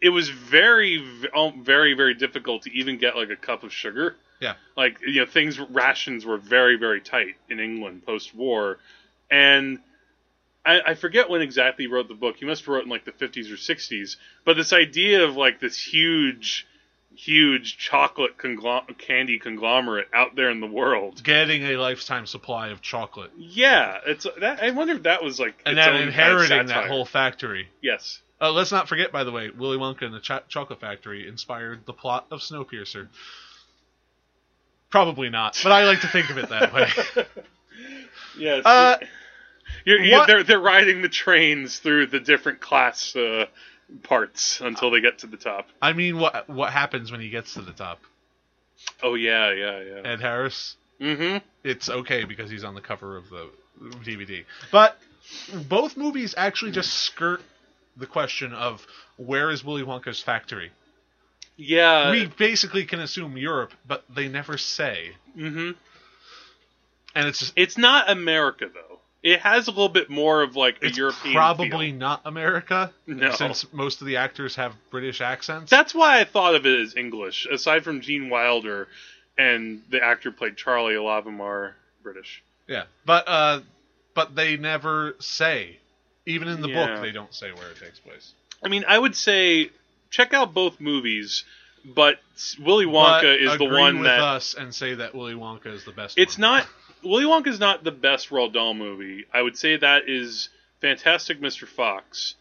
Speaker 5: it was very, v- um, very, very difficult to even get like a cup of sugar.
Speaker 6: Yeah.
Speaker 5: Like you know, things rations were very, very tight in England post war, and I, I forget when exactly he wrote the book. He must have wrote it in like the fifties or sixties. But this idea of like this huge, huge chocolate conglom- candy conglomerate out there in the world.
Speaker 6: getting a lifetime supply of chocolate
Speaker 5: Yeah, it's that. I wonder if that was like
Speaker 6: and
Speaker 5: its
Speaker 6: then
Speaker 5: own kind of
Speaker 6: inheriting that
Speaker 5: satire.
Speaker 6: whole factory.
Speaker 5: yes.
Speaker 6: Uh, let's not forget, by the way, Willy Wonka and the Cho- Chocolate Factory inspired the plot of Snowpiercer. Probably not, but I like to think of it that way.
Speaker 5: Yes.
Speaker 6: Uh,
Speaker 5: You're, you're,
Speaker 6: What-
Speaker 5: they're they're riding the trains through the different class uh, parts until they get to the top.
Speaker 6: I mean, what what happens when he gets to the top?
Speaker 5: Oh yeah, yeah, yeah.
Speaker 6: Ed Harris
Speaker 5: Mm-hmm.
Speaker 6: it's okay because he's on the cover of the DVD. But both movies actually just skirt the question of where is Willy Wonka's factory.
Speaker 5: Yeah.
Speaker 6: we basically can assume Europe, but they never say.
Speaker 5: hmm
Speaker 6: And it's just,
Speaker 5: It's not America though. It has a little bit more of like a
Speaker 6: it's
Speaker 5: European.
Speaker 6: probably
Speaker 5: feel.
Speaker 6: not America
Speaker 5: No.
Speaker 6: since most of the actors have British accents.
Speaker 5: That's why I thought of it as English. Aside from Gene Wilder, and the actor played Charlie, a lot of them are British.
Speaker 6: yeah, but uh, but they never say. Even in the
Speaker 5: Yeah.
Speaker 6: book, they don't say where it takes place.
Speaker 5: I mean, I would say check out both movies, but Willy Wonka
Speaker 6: But
Speaker 5: is the
Speaker 6: agree
Speaker 5: one
Speaker 6: with
Speaker 5: that
Speaker 6: us and say that Willy Wonka is the best.
Speaker 5: It's
Speaker 6: one.
Speaker 5: not Willy Wonka's not the best Roald Dahl movie. I would say that is Fantastic Mr. Fox.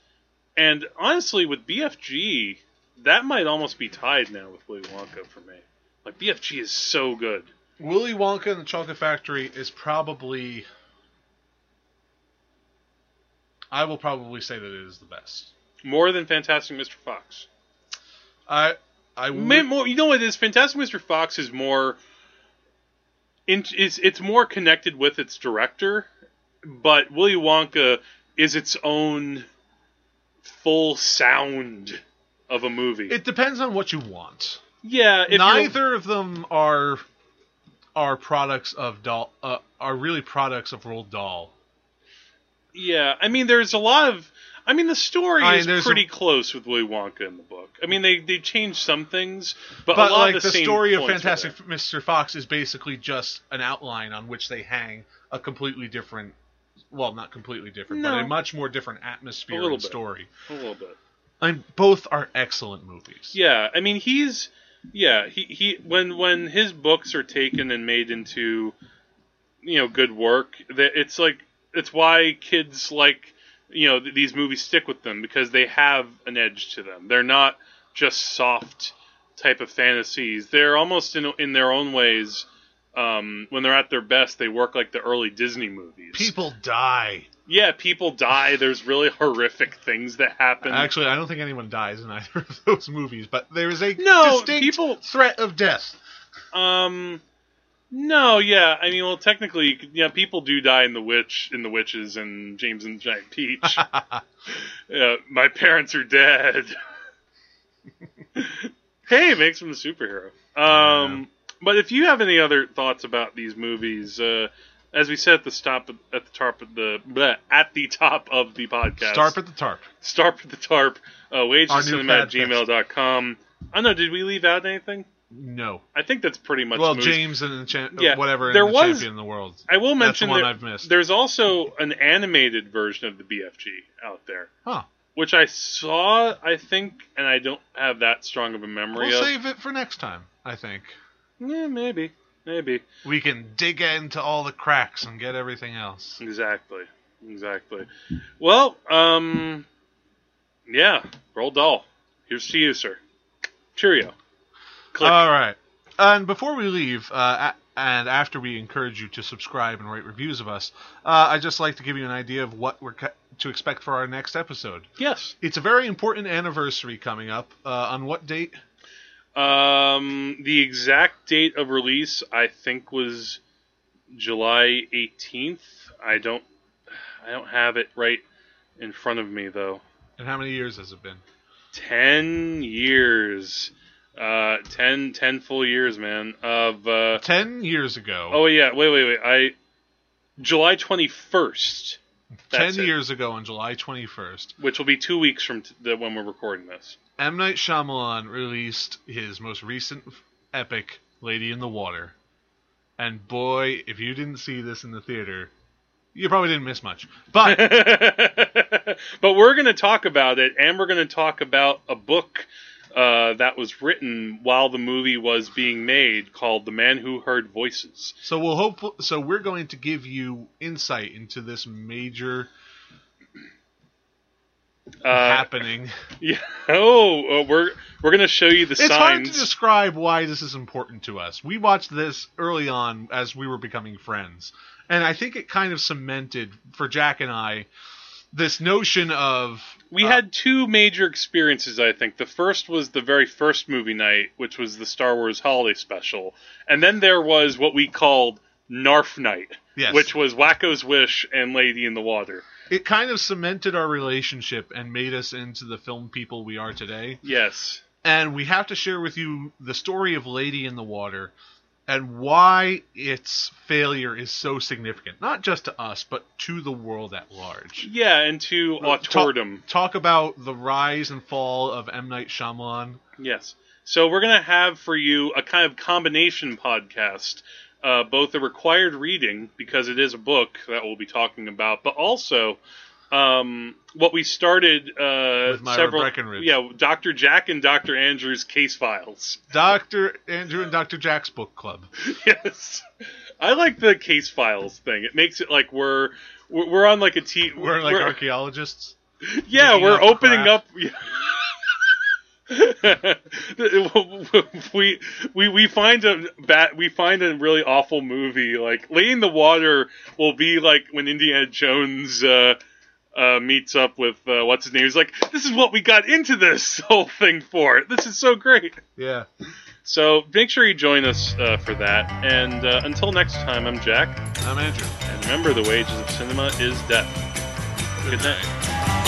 Speaker 5: And honestly, with BFG, that might almost be tied now with Willy Wonka for me. Like BFG is so good.
Speaker 6: Willy Wonka and the Chocolate Factory is probably. I will probably say that it is the best.
Speaker 5: More than Fantastic Mr. Fox.
Speaker 6: I I would,
Speaker 5: Man, more, you know what it is? Fantastic Mr. Fox is more in, is it's more connected with its director, but Willy Wonka is its own full sound of a movie.
Speaker 6: it depends on what you want.
Speaker 5: yeah, if you're-
Speaker 6: Neither of them are are products of doll uh, are really products of Roald Dahl.
Speaker 5: yeah. I mean, there's a lot of. I mean, the story
Speaker 6: I mean,
Speaker 5: is
Speaker 6: there's
Speaker 5: pretty
Speaker 6: a-
Speaker 5: close with Willy Wonka in the book. I mean, they they changed some things, but,
Speaker 6: But
Speaker 5: a lot
Speaker 6: like
Speaker 5: of
Speaker 6: the,
Speaker 5: the, same
Speaker 6: story of
Speaker 5: points are
Speaker 6: Fantastic
Speaker 5: there.
Speaker 6: Mr. Fox is basically just an outline on which they hang a completely different well, not completely different,
Speaker 5: No.
Speaker 6: but a much more different atmosphere
Speaker 5: A little
Speaker 6: and
Speaker 5: bit.
Speaker 6: story.
Speaker 5: a little bit.
Speaker 6: I mean, both are excellent movies.
Speaker 5: Yeah, I mean, he's yeah, he, he when when his books are taken and made into you know good work, that it's like it's why kids like you know th- these movies stick with them because they have an edge to them. They're not just soft type of fantasies. They're almost in in their own ways. Um, when they're at their best, they work like the early Disney movies.
Speaker 6: People die.
Speaker 5: yeah, people die. There's really horrific things that happen.
Speaker 6: Actually, I don't think anyone dies in either of those movies, but there is a
Speaker 5: No,
Speaker 6: distinct
Speaker 5: people-
Speaker 6: threat of death.
Speaker 5: Um, no, yeah, I mean, well, technically, you could- yeah, people do die in the witch, in the witches, and James and the Giant Peach. yeah, my parents are dead. hey, it makes him a superhero. Um, but if you have any other thoughts about these movies, uh, as we said at the stop at the top of the bleh, at the top of the podcast,
Speaker 6: Starp at the tarp.
Speaker 5: Starp at the tarp, uh, wages
Speaker 6: Our
Speaker 5: at
Speaker 6: new pad fest.
Speaker 5: gmail.com. I don't know. Did we leave out anything?
Speaker 6: No.
Speaker 5: I think that's pretty much
Speaker 6: Well,
Speaker 5: movies.
Speaker 6: James and the cha-
Speaker 5: Yeah,
Speaker 6: whatever
Speaker 5: there
Speaker 6: and the
Speaker 5: was-
Speaker 6: champion in the world.
Speaker 5: I will
Speaker 6: That's the
Speaker 5: mention
Speaker 6: one
Speaker 5: there-
Speaker 6: I've missed.
Speaker 5: there's also an animated version of the BFG out there,
Speaker 6: Huh.
Speaker 5: which I saw, I think, and I don't have that strong of a memory
Speaker 6: We'll
Speaker 5: of.
Speaker 6: save it for next time, I think.
Speaker 5: Yeah, maybe, maybe.
Speaker 6: We can dig into all the cracks and get everything else.
Speaker 5: Exactly, exactly. Well, um, yeah, roll doll. Here's to you, sir. Cheerio. Click.
Speaker 6: All right. And before we leave, uh, a- and after we encourage you to subscribe and write reviews of us, uh, I'd just like to give you an idea of what we're ca- to expect for our next episode.
Speaker 5: yes.
Speaker 6: It's a very important anniversary coming up. Uh, on what date?
Speaker 5: Um, the exact date of release, I think, was July 18th. I don't, I don't have it right in front of me though.
Speaker 6: And how many years has it been?
Speaker 5: Ten years, uh, 10, 10 full years, man. Of uh,
Speaker 6: Ten years ago.
Speaker 5: oh yeah, wait, wait, wait. I July 21st,
Speaker 6: Ten
Speaker 5: that's it.
Speaker 6: years ago on July 21st,
Speaker 5: which will be two weeks from t- the when we're recording this.
Speaker 6: M. Night Shyamalan released his most recent f- epic, Lady in the Water. And boy, if you didn't see this in the theater, you probably didn't miss much. But
Speaker 5: but we're going to talk about it, and we're going to talk about a book uh, that was written while the movie was being made called The Man Who Heard Voices.
Speaker 6: so we'll hope. So we're going to give you insight into this major
Speaker 5: Uh,
Speaker 6: happening.
Speaker 5: yeah. Oh, uh, we're we're going to show you the
Speaker 6: It's hard to
Speaker 5: signs.
Speaker 6: describe why this is important to us. We watched this early on as we were becoming friends, and I think it kind of cemented for Jack and I this notion of
Speaker 5: we had two major experiences, I think. The first was the very first movie night, which was the Star Wars Holiday Special, and then there was what we called Narf Night,
Speaker 6: Yes.
Speaker 5: which was Wacko's Wish and Lady in the Water.
Speaker 6: it kind of cemented our relationship and made us into the film people we are today.
Speaker 5: Yes.
Speaker 6: And we have to share with you the story of Lady in the Water and why its failure is so significant, not just to us, but to the world at large.
Speaker 5: Yeah, and to Autordom.
Speaker 6: Talk about the rise and fall of M. Night Shyamalan.
Speaker 5: Yes. So we're going to have for you a kind of combination podcast, uh, both a required reading, because it is a book that we'll be talking about, but also um, what we started uh,
Speaker 6: With Myra
Speaker 5: several.
Speaker 6: Breckenridge.
Speaker 5: Yeah, Dr. Jack and Dr. Andrew's case files.
Speaker 6: Dr. Andrew and Dr. Jack's book club.
Speaker 5: yes. I like the case files thing. It makes it like we're. We're we're on like a t.
Speaker 6: We're like archaeologists.
Speaker 5: Yeah,
Speaker 6: digging
Speaker 5: we're
Speaker 6: up
Speaker 5: opening
Speaker 6: crap.
Speaker 5: up. we we we find a bat. We find a really awful movie. Like Lady in the Water will be like when Indiana Jones uh, uh, meets up with uh, what's his name. He's like, "This is what we got into this whole thing for. This is so great."
Speaker 6: Yeah.
Speaker 5: So make sure you join us uh, for that. And uh, until next time, I'm Jack.
Speaker 6: I'm Andrew.
Speaker 5: And remember, the wages of cinema is death. Good night.
Speaker 6: night.